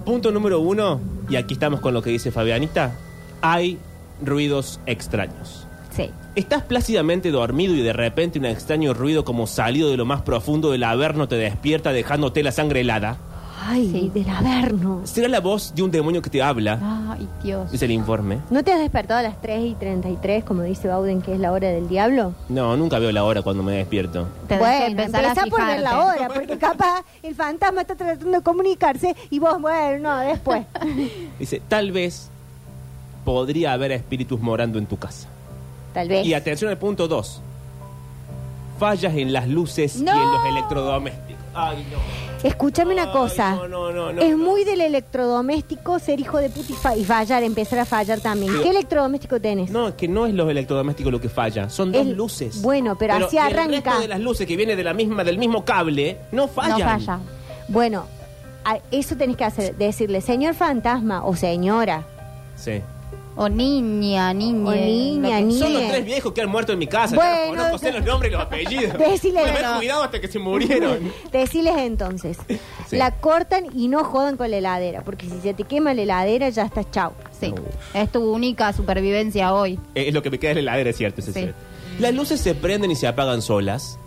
Speaker 1: Punto número uno, y aquí estamos con lo que dice Fabianita, hay ruidos extraños.
Speaker 4: sí.
Speaker 1: Estás plácidamente dormido y de repente un extraño ruido como salido de lo más profundo del averno te despierta dejándote la sangre helada.
Speaker 3: Ay,
Speaker 4: Sí.
Speaker 3: del averno.
Speaker 1: Será la voz de un demonio que te habla,
Speaker 4: Ay, Dios.
Speaker 1: dice el informe.
Speaker 3: ¿No te has despertado a las 3 y 33, como dice Bauden, que es la hora del diablo?
Speaker 1: No, nunca veo la hora cuando me despierto.
Speaker 4: Tenés que
Speaker 3: bueno,
Speaker 4: empezar a
Speaker 3: empezá por ver la
Speaker 4: fijarte.
Speaker 3: hora, porque capaz el fantasma está tratando de comunicarse y vos, bueno, no, después.
Speaker 1: Dice, tal vez podría haber espíritus morando en tu casa.
Speaker 3: Tal vez.
Speaker 1: Y atención al punto 2. Fallas en las luces y en
Speaker 4: No.
Speaker 1: los electrodomésticos. Ay, no.
Speaker 3: Escúchame
Speaker 1: Ay,
Speaker 3: una cosa.
Speaker 1: no, no, no, no,
Speaker 3: es
Speaker 1: no.
Speaker 3: muy del electrodoméstico ser hijo de puta y, fa- y fallar, empezar a fallar también.
Speaker 1: Pero-
Speaker 3: ¿Qué electrodoméstico tenés?
Speaker 1: No, es que no es los electrodomésticos lo que falla, son dos
Speaker 3: El-
Speaker 1: luces.
Speaker 3: bueno, pero así
Speaker 1: El
Speaker 3: arranca.
Speaker 1: resto de las luces que viene de la misma, del mismo cable no fallan.
Speaker 4: No falla.
Speaker 3: Bueno, a- eso tenés que hacer, decirle, señor fantasma o señora
Speaker 1: Sí.
Speaker 4: O niña, niña.
Speaker 3: o niña,
Speaker 4: lo que-
Speaker 1: Son los
Speaker 3: niña.
Speaker 1: tres viejos que han muerto en mi casa.
Speaker 3: Bueno,
Speaker 1: yo no conozco sé los nombres y los apellidos.
Speaker 3: Decile,
Speaker 1: Me
Speaker 3: bueno.
Speaker 1: he cuidado hasta que se murieron.
Speaker 3: Deciles entonces,
Speaker 1: Sí.
Speaker 3: la cortan y no jodan con la heladera, porque si se te quema la heladera ya estás chau.
Speaker 4: Sí. Es tu única supervivencia hoy.
Speaker 1: Eh, Es lo que me queda en la heladera, es cierto, es
Speaker 4: Sí.
Speaker 1: cierto. Las luces se prenden y se apagan solas.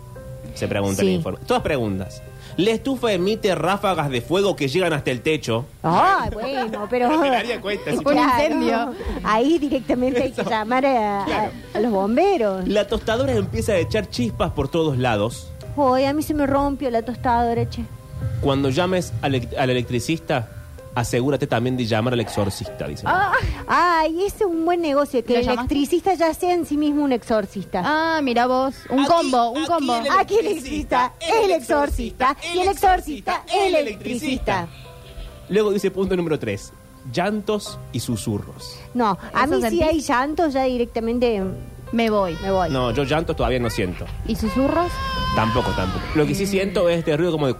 Speaker 1: Se pregunta el
Speaker 3: Sí.
Speaker 1: informe. Todas preguntas. La estufa emite ráfagas de fuego que llegan hasta el techo.
Speaker 3: Ah, bueno, pero...
Speaker 1: No me daría cuenta, si-
Speaker 4: Un incendio.
Speaker 3: Ahí directamente hay que llamar a, a- a los bomberos.
Speaker 1: La tostadora empieza a echar chispas por todos lados.
Speaker 3: Hoy a mí se me rompió la tostadora, che.
Speaker 1: Cuando llames al, elec- al electricista, asegúrate también de llamar al exorcista, dice.
Speaker 3: Ah, Ay, ese es un buen negocio, que
Speaker 4: ¿Lo
Speaker 3: el
Speaker 4: llamaste?
Speaker 3: electricista ya sea en sí mismo un exorcista.
Speaker 4: Ah, mira vos. Un
Speaker 1: Aquí-
Speaker 4: combo, un
Speaker 1: aquí
Speaker 4: combo. Ah,
Speaker 1: el
Speaker 3: Aquí el electricista es el exorcista, y el exorcista es el electricista.
Speaker 1: Luego dice punto número 3. Llantos y susurros.
Speaker 3: No, a
Speaker 4: ¿Eso
Speaker 3: mí si
Speaker 4: sentís?
Speaker 3: hay llantos ya directamente
Speaker 4: Me voy.
Speaker 3: me voy.
Speaker 1: No, yo llantos todavía no siento.
Speaker 4: ¿Y susurros?
Speaker 1: Tampoco, tampoco. Lo que sí siento es este ruido como de...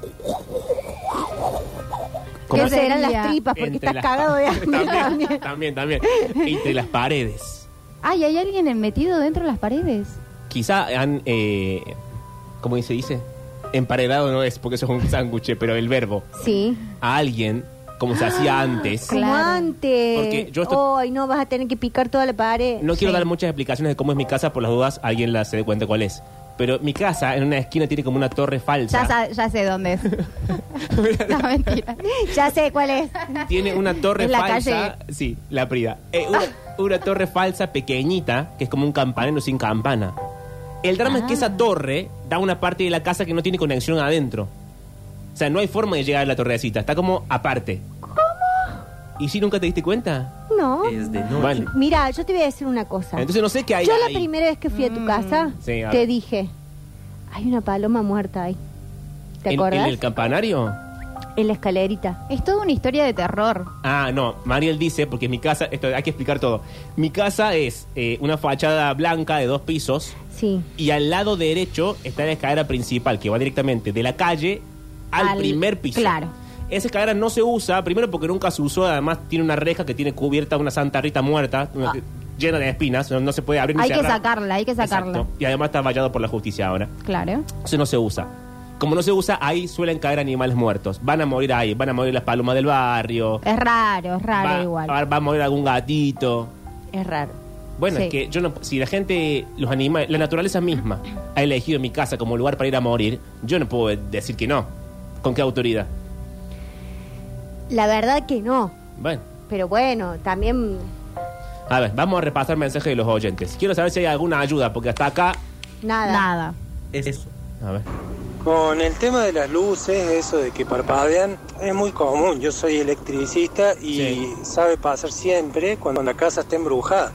Speaker 3: ¿Qué
Speaker 4: ¿Cómo?
Speaker 3: serán las
Speaker 4: Sería.
Speaker 3: tripas? Porque
Speaker 1: Entre
Speaker 3: estás
Speaker 1: las
Speaker 3: cagado de
Speaker 1: pa-
Speaker 3: hambre
Speaker 1: también,
Speaker 3: también.
Speaker 1: también, también. Entre las paredes.
Speaker 4: Ay, hay alguien en- metido dentro de las paredes.
Speaker 1: Quizá han, eh, ¿cómo se dice? Emparedado no es, porque eso es un sándwich, pero el verbo.
Speaker 3: Sí.
Speaker 1: A alguien, como se
Speaker 3: Ah,
Speaker 1: hacía antes.
Speaker 4: Claro.
Speaker 3: Como antes.
Speaker 1: Porque yo esto-
Speaker 3: Hoy no vas a tener que picar toda la pared.
Speaker 1: No quiero
Speaker 4: Sí.
Speaker 1: dar muchas explicaciones de cómo es mi casa, por las dudas alguien la se dé cuenta cuál es. Pero mi casa, en una esquina, tiene como una torre
Speaker 4: Ya,
Speaker 1: falsa.
Speaker 4: sa- ya sé dónde es. no, mentira.
Speaker 3: Ya sé cuál es.
Speaker 1: Tiene una torre
Speaker 4: En la
Speaker 1: falsa. Sí, la Prida. Eh, una, una torre falsa pequeñita, que es como un campanero sin campana. El drama
Speaker 3: Ah.
Speaker 1: es que esa torre da una parte de la casa que no tiene conexión adentro. O sea, no hay forma de llegar a la torrecita, está como aparte. ¿Cómo? ¿Y si nunca te diste cuenta?
Speaker 3: No.
Speaker 1: Vale.
Speaker 3: Mira, yo te voy a decir una cosa.
Speaker 1: Entonces no sé qué hay
Speaker 3: Yo la
Speaker 1: ahí. Mm,
Speaker 3: primera vez que fui a tu casa,
Speaker 1: Sí, a
Speaker 3: te
Speaker 1: ver.
Speaker 3: dije, Hay una paloma muerta ahí. ¿Te
Speaker 1: ¿En-
Speaker 3: acordás?
Speaker 1: ¿En el campanario?
Speaker 3: En la escalerita.
Speaker 4: Es toda una historia de terror.
Speaker 1: Ah, no, Mariel dice, porque mi casa, esto hay que explicar todo. Mi casa es eh, una fachada blanca de dos pisos
Speaker 3: Sí.
Speaker 1: y al lado derecho está la escalera principal que va directamente de la calle al,
Speaker 4: Al-
Speaker 1: primer piso.
Speaker 4: claro.
Speaker 1: Esa escalera no se usa, primero porque nunca se usó, además tiene una reja que tiene cubierta una Santa Rita muerta, una-
Speaker 4: Ah.
Speaker 1: llena de espinas, no, no se puede abrir ni
Speaker 4: Hay que
Speaker 1: cerrar.
Speaker 4: sacarla, hay que sacarla.
Speaker 1: Exacto. Y además está vallado por la justicia ahora.
Speaker 4: Claro.
Speaker 1: Eso no se usa. Como no se usa, ahí suelen caer animales muertos. Van a morir ahí, van a morir las palomas del barrio.
Speaker 4: Es raro, es raro
Speaker 1: va,
Speaker 4: igual.
Speaker 1: va- va a morir algún gatito.
Speaker 3: Es raro.
Speaker 1: Bueno,
Speaker 4: Sí.
Speaker 1: es que yo no, si la gente, los animales, la naturaleza misma ha elegido mi casa como lugar para ir a morir, yo no puedo decir que no. ¿Con qué autoridad?
Speaker 3: La verdad que no.
Speaker 1: Bueno,
Speaker 3: Pero bueno, también
Speaker 1: a ver, vamos a repasar mensajes de los oyentes. Quiero saber si hay alguna ayuda, porque hasta acá
Speaker 3: nada.
Speaker 4: Nada.
Speaker 1: es eso. A ver.
Speaker 5: Con el tema de las luces, eso de que parpadean, es muy común. Yo soy electricista y
Speaker 1: Sí.
Speaker 5: sabe pasar siempre cuando la casa está embrujada.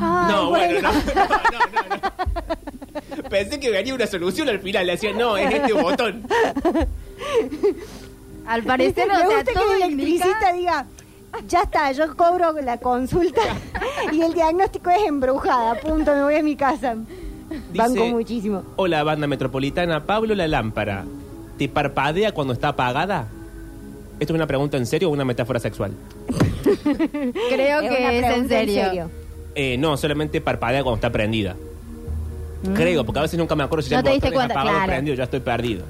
Speaker 1: no, bueno, no, no, no, no, no. Pensé que venía una solución al final. Le decía, no, es este botón.
Speaker 4: Al parecer, o
Speaker 3: Me
Speaker 4: sea,
Speaker 3: gusta que
Speaker 4: todo
Speaker 3: el
Speaker 4: indica-
Speaker 3: electricista diga, ya está, yo cobro la consulta y el diagnóstico es embrujada, punto, me voy a mi casa. Banco
Speaker 1: Dice-
Speaker 3: muchísimo.
Speaker 1: Hola, banda metropolitana. Pablo La Lámpara, ¿te parpadea cuando está apagada? ¿Esto es una pregunta en serio o una metáfora sexual?
Speaker 4: Creo
Speaker 3: Es una
Speaker 4: que es
Speaker 3: pregunta
Speaker 4: en serio.
Speaker 1: Eh, no, solamente parpadea cuando está prendida. Creo, porque a veces nunca me acuerdo si ya
Speaker 4: No
Speaker 1: el
Speaker 4: Mm. te diste
Speaker 1: botón es
Speaker 4: cuenta,
Speaker 1: apagado o
Speaker 4: claro.
Speaker 1: prendido, ya estoy perdido.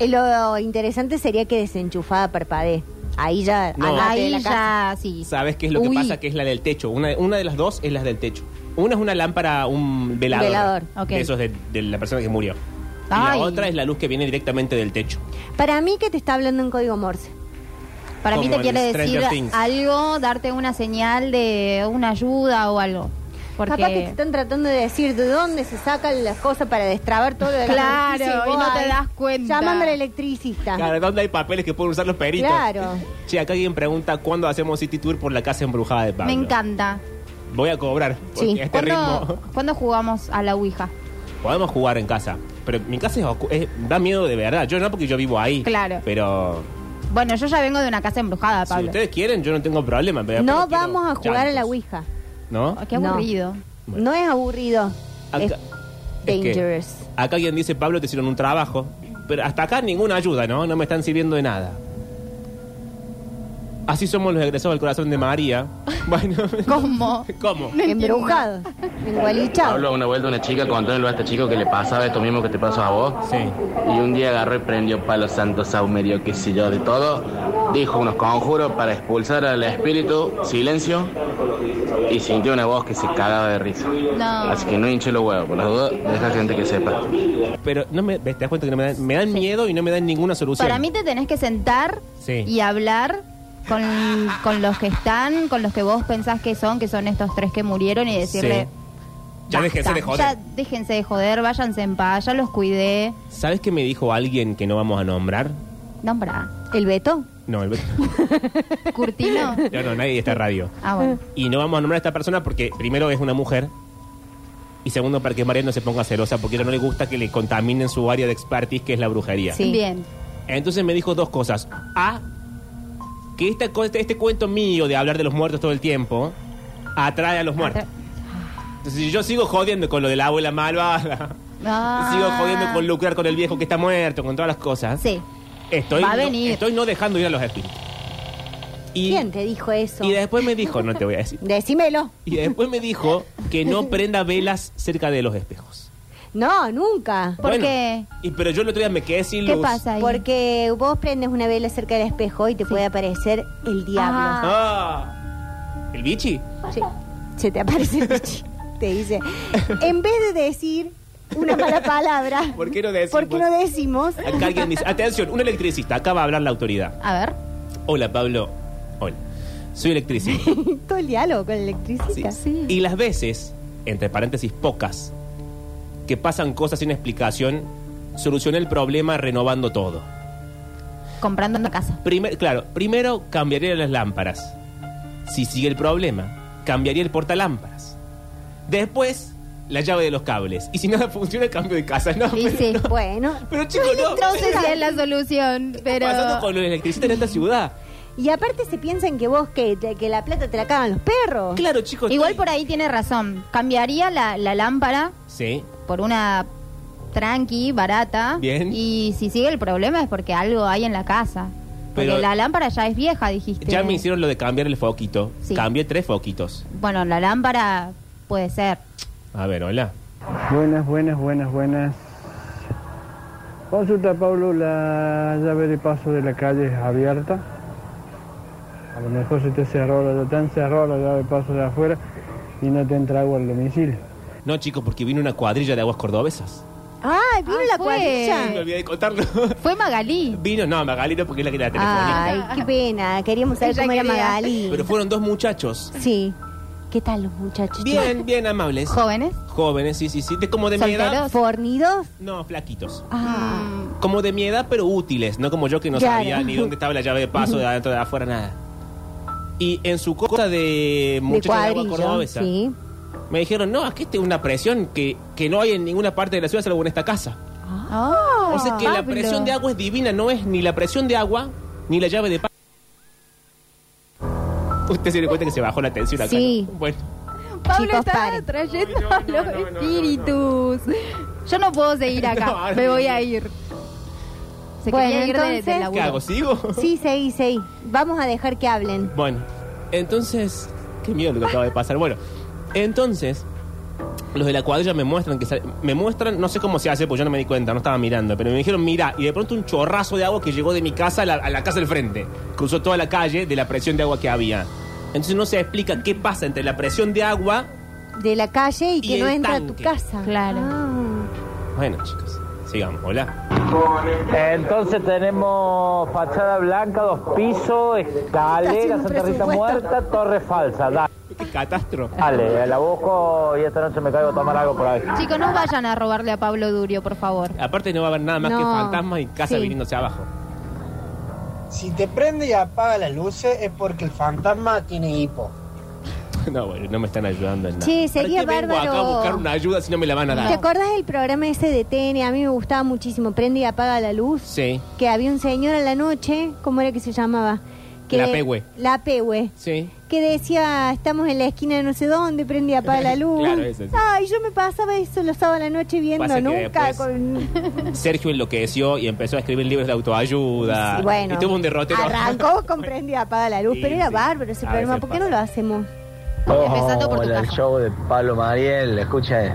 Speaker 3: Eh, Lo interesante sería que desenchufada parpadee. Ahí ya,
Speaker 1: No.
Speaker 3: andate de
Speaker 4: Ahí
Speaker 3: la casa.
Speaker 4: ya, sí.
Speaker 1: ¿Sabes qué es lo que
Speaker 4: Uy.
Speaker 1: pasa? Que es la del techo. Una, una de las dos es la del techo. Una es una lámpara, un velador.
Speaker 3: Velador,
Speaker 4: ok.
Speaker 1: De esos de, de la persona que murió. Y
Speaker 4: Ay.
Speaker 1: la otra es la luz que viene directamente del techo.
Speaker 3: Para mí que te está hablando en código Morse.
Speaker 4: Para mí
Speaker 1: Como
Speaker 4: te
Speaker 1: en
Speaker 4: quiere
Speaker 1: Stranger
Speaker 4: decir
Speaker 1: Things.
Speaker 4: algo, darte una señal de una ayuda o algo.
Speaker 3: Capaz que te
Speaker 4: Porque
Speaker 3: están tratando de decir de dónde se sacan las cosas para destrabar todo lo de la
Speaker 4: Claro,
Speaker 3: justicia
Speaker 4: y
Speaker 3: vos
Speaker 4: no te
Speaker 3: ahí
Speaker 4: das cuenta.
Speaker 3: Llamando al
Speaker 4: Ah.
Speaker 3: electricista.
Speaker 1: Claro, ¿dónde hay papeles que pueden usar los peritos?
Speaker 3: Claro.
Speaker 1: Che, acá alguien pregunta cuándo hacemos City Tour por la casa embrujada de Pablo.
Speaker 4: me encanta.
Speaker 1: Voy a cobrar, porque
Speaker 3: Sí.
Speaker 1: a este
Speaker 4: ¿Cuándo,
Speaker 1: ritmo
Speaker 4: cuándo jugamos a la Ouija?
Speaker 1: podemos jugar en casa. Pero mi casa es ocu- es- da miedo de verdad. Yo no, porque yo vivo ahí.
Speaker 4: Claro.
Speaker 1: Pero
Speaker 4: Bueno, yo ya vengo de una casa embrujada,
Speaker 1: si
Speaker 4: Pablo.
Speaker 1: ustedes quieren, yo no tengo problema. Pero
Speaker 3: No
Speaker 1: después quiero
Speaker 3: vamos a jugar a la
Speaker 1: llantos.
Speaker 3: Ouija.
Speaker 1: ¿No?
Speaker 4: Qué
Speaker 3: No.
Speaker 4: aburrido.
Speaker 1: Bueno.
Speaker 3: No es aburrido. es
Speaker 1: Acá, es que-
Speaker 3: dangerous.
Speaker 1: acá alguien dice, Pablo, te hicieron un trabajo. Pero hasta acá ninguna ayuda, ¿no? No me están sirviendo de nada. Así somos los egresados del corazón de María. Bueno.
Speaker 4: ¿Cómo?
Speaker 1: ¿Cómo?
Speaker 3: Embrujado. Engualichado.
Speaker 6: Hablo una vuelta una chica contándole a este chico que le pasaba esto mismo que te pasó a vos.
Speaker 1: Sí.
Speaker 6: Y un día agarró y prendió palo santo, saumerio, qué sé yo, de todo. Dijo unos conjuros para expulsar al espíritu, silencio. Y sintió una voz que se cagaba de risa.
Speaker 4: No.
Speaker 6: Así que no hinche los huevos, por las dudas, deja gente que sepa.
Speaker 1: Pero no me, ¿ves? te das cuenta que no me dan, me dan miedo y no me dan ninguna solución.
Speaker 4: Para mí te tenés que sentar
Speaker 1: Sí.
Speaker 4: y hablar con, con los que están, con los que vos pensás que son, que son estos tres que murieron y decirle...
Speaker 1: Sí. Ya déjense de joder.
Speaker 4: Ya déjense de joder, váyanse en paz, ya los cuidé.
Speaker 1: ¿Sabes qué me dijo alguien que no vamos a nombrar?
Speaker 4: Nombra.
Speaker 3: ¿El Beto?
Speaker 1: No, el...
Speaker 4: Curtino.
Speaker 1: no, no, nadie de esta radio.
Speaker 4: Ah, bueno.
Speaker 1: Y no vamos a nombrar a esta persona porque primero es una mujer y segundo para que María no se ponga celosa porque a ella no le gusta que le contaminen su área de expertise que es la brujería.
Speaker 3: Sí.
Speaker 4: Bien.
Speaker 1: Entonces me dijo dos cosas. A, que esta, co- este, este cuento mío de hablar de los muertos todo el tiempo atrae a los muertos. Entonces si yo sigo jodiendo con lo de la abuela malvada,
Speaker 4: Ah.
Speaker 1: sigo jodiendo con lucrar con el viejo que está muerto, con todas las cosas.
Speaker 4: Sí.
Speaker 1: Estoy,
Speaker 4: Va a
Speaker 1: no,
Speaker 4: venir.
Speaker 1: estoy no dejando ir a los espíritus. Y,
Speaker 3: ¿Quién te dijo eso?
Speaker 1: y después me dijo, no te voy a decir.
Speaker 3: Decímelo.
Speaker 1: Y después me dijo que no prenda velas cerca de los espejos.
Speaker 3: No, nunca.
Speaker 4: ¿Por qué?
Speaker 1: Y, pero yo el otro día me quedé sin
Speaker 4: ¿Qué
Speaker 1: luz.
Speaker 4: pasa ahí?
Speaker 3: Porque vos prendes una vela cerca del espejo y te puede aparecer el diablo.
Speaker 1: Ah, ¿El bichi?
Speaker 3: Sí. Se te aparece el bicho. Te dice, en vez de decir una mala palabra,
Speaker 1: ¿Por qué no decimos?
Speaker 3: ¿por qué no decimos?
Speaker 1: Acá alguien dice, atención, un electricista, acá va a hablar la autoridad.
Speaker 4: A ver.
Speaker 1: Hola, Pablo. Hola. Soy electricista.
Speaker 3: Todo el diálogo con
Speaker 1: Sí.
Speaker 3: el electricista.
Speaker 1: Y las veces, entre paréntesis pocas, que pasan cosas sin explicación, solucioné el problema renovando todo.
Speaker 4: Comprando una casa.
Speaker 1: Primer- claro, primero cambiaría las lámparas. Si sigue el problema, cambiaría el portalámparas. Después la llave de los cables. Y si nada funciona, cambio de casa. No,
Speaker 4: Y
Speaker 1: pero,
Speaker 4: sí,
Speaker 1: no.
Speaker 3: Bueno,
Speaker 1: Pero, chico, no.
Speaker 4: Entonces es la solución,
Speaker 1: ¿Qué
Speaker 4: pero...
Speaker 1: está pasando con los electricistas en esta ciudad?
Speaker 3: y aparte se piensan que vos, que, que la plata te la cagan los perros.
Speaker 1: Claro, chicos.
Speaker 4: Igual
Speaker 1: estoy-
Speaker 4: por ahí tiene razón. Cambiaría la, la lámpara
Speaker 1: Sí.
Speaker 4: por una tranqui, barata.
Speaker 1: Bien.
Speaker 4: Y si sigue el problema es porque algo hay en la casa. Porque
Speaker 1: Pero-
Speaker 4: la lámpara ya es vieja, dijiste.
Speaker 1: Ya me hicieron lo de cambiar el foquito.
Speaker 4: Sí.
Speaker 1: Cambié tres foquitos.
Speaker 4: Bueno, la lámpara puede ser.
Speaker 1: A ver, hola.
Speaker 7: Buenas, buenas, buenas, buenas. Consulta, Pablo, la llave de paso de la calle es abierta. A lo mejor se te cerró, la, te han cerrado la llave de paso de afuera y no te entra agua al domicilio.
Speaker 1: No, chicos, porque vino una cuadrilla de aguas cordobesas.
Speaker 3: Ay, vino
Speaker 4: Ah,
Speaker 3: la
Speaker 4: fue.
Speaker 1: Me
Speaker 3: cuadrilla.
Speaker 1: olvidé de contarlo.
Speaker 4: Fue Magalí.
Speaker 1: vino, no, Magalito, porque es la que la telefónica.
Speaker 3: Ay, qué pena. Queríamos saber
Speaker 4: Ella
Speaker 3: cómo era
Speaker 4: quería.
Speaker 3: Magali.
Speaker 1: Pero fueron dos muchachos.
Speaker 3: Sí. ¿Qué tal los muchachos?
Speaker 1: Bien, bien amables.
Speaker 4: ¿Jóvenes?
Speaker 1: Jóvenes, sí, sí, sí. De, como de mi edad.
Speaker 4: ¿Solteros?
Speaker 3: ¿Fornidos?
Speaker 1: No, flaquitos.
Speaker 3: Ah.
Speaker 1: Como de mi edad, pero útiles, no como yo que no
Speaker 3: Claro.
Speaker 1: sabía ni dónde estaba la llave de paso, de adentro, de afuera, nada. Y en su cosa de
Speaker 3: De
Speaker 1: muchachos de, agua
Speaker 3: cuadrillo,
Speaker 1: cordobesa,
Speaker 3: sí.
Speaker 1: me dijeron, no, aquí tengo una presión que, que no hay en ninguna parte de la ciudad salvo en esta casa.
Speaker 4: Ah,
Speaker 1: O sea que la
Speaker 4: Pablo.
Speaker 1: presión de agua es divina, no es ni la presión de agua ni la llave de paso. Usted se dio cuenta que se bajó la tensión acá.
Speaker 3: Sí.
Speaker 1: ¿no? Bueno,
Speaker 4: Pablo
Speaker 3: Chicos,
Speaker 4: está
Speaker 3: paren.
Speaker 4: trayendo
Speaker 1: No, no,
Speaker 4: los
Speaker 1: no, no, no,
Speaker 4: espíritus. Yo no puedo seguir acá.
Speaker 1: No, ahora
Speaker 4: Me voy
Speaker 1: mismo.
Speaker 4: a ir. Se
Speaker 3: Bueno,
Speaker 4: quería ir de- de,
Speaker 3: entonces-
Speaker 4: laburo.
Speaker 1: ¿qué hago? ¿Sigo?
Speaker 3: Sí, seguí, seguí. Vamos a dejar que hablen.
Speaker 1: Bueno, entonces. Qué miedo lo que acaba de pasar. Bueno, entonces. Los de la cuadrilla me muestran que sal- me muestran, no sé cómo se hace, pues yo no me di cuenta, no estaba mirando, pero me dijeron, mira, y de pronto un chorrazo de agua que llegó de mi casa a la, a la casa del frente, cruzó toda la calle de la presión de agua que había. Entonces no se explica qué pasa entre la presión de agua,
Speaker 3: De la calle y
Speaker 1: Y
Speaker 3: que
Speaker 1: el
Speaker 3: no entra a tu
Speaker 1: tanque.
Speaker 3: casa.
Speaker 4: Claro.
Speaker 3: Ah.
Speaker 1: bueno chicos, sigamos, hola.
Speaker 8: Entonces tenemos fachada blanca, dos pisos,
Speaker 3: Está haciendo
Speaker 8: escalera,
Speaker 3: un
Speaker 8: Santa Rita
Speaker 3: presupuesto.
Speaker 8: muerta, torre falsa. Da-
Speaker 1: Qué catastro.
Speaker 8: Dale, la busco y esta noche me caigo a tomar algo por ahí.
Speaker 4: Chicos, no vayan a robarle a Pablo Durio, por favor.
Speaker 1: Aparte no va a haber nada más que
Speaker 3: No.
Speaker 1: fantasmas y casa
Speaker 3: Sí.
Speaker 1: viniéndose abajo.
Speaker 9: Si te prende y apaga las luces es porque el fantasma tiene hipo.
Speaker 1: No, bueno, no me están ayudando en nada.
Speaker 3: Che, sería
Speaker 1: ¿Para qué vengo acá a
Speaker 3: bárbaro.
Speaker 1: buscar una ayuda si no me la van a dar?
Speaker 3: ¿Te acordás del programa ese de TN? A mí me gustaba muchísimo. Prende y apaga la luz.
Speaker 1: Sí.
Speaker 3: Que había un señor a la noche, ¿cómo era que se llamaba? Que
Speaker 1: La Pehue.
Speaker 3: La Pehue.
Speaker 1: Sí.
Speaker 3: Que decía, estamos en la esquina de no sé dónde, prende y apaga la luz.
Speaker 1: Claro, ese, sí.
Speaker 3: Ay, yo me pasaba eso los sábados a la noche viendo
Speaker 1: Pasa que
Speaker 3: nunca.
Speaker 1: después-
Speaker 3: con-
Speaker 1: Sergio enloqueció y empezó a escribir libros de autoayuda.
Speaker 3: Sí, bueno.
Speaker 1: y tuvo un derrotero.
Speaker 3: Arrancó con prende y apaga la luz,
Speaker 1: Sí,
Speaker 3: pero era
Speaker 1: sí.
Speaker 3: bárbaro ese
Speaker 1: A
Speaker 3: programa.
Speaker 1: veces
Speaker 3: ¿Por qué no
Speaker 1: pasa.
Speaker 3: lo hacemos?
Speaker 4: Empezando por tu
Speaker 8: hola, el
Speaker 4: casa.
Speaker 8: show de Pablo Mariel, escucha, eh.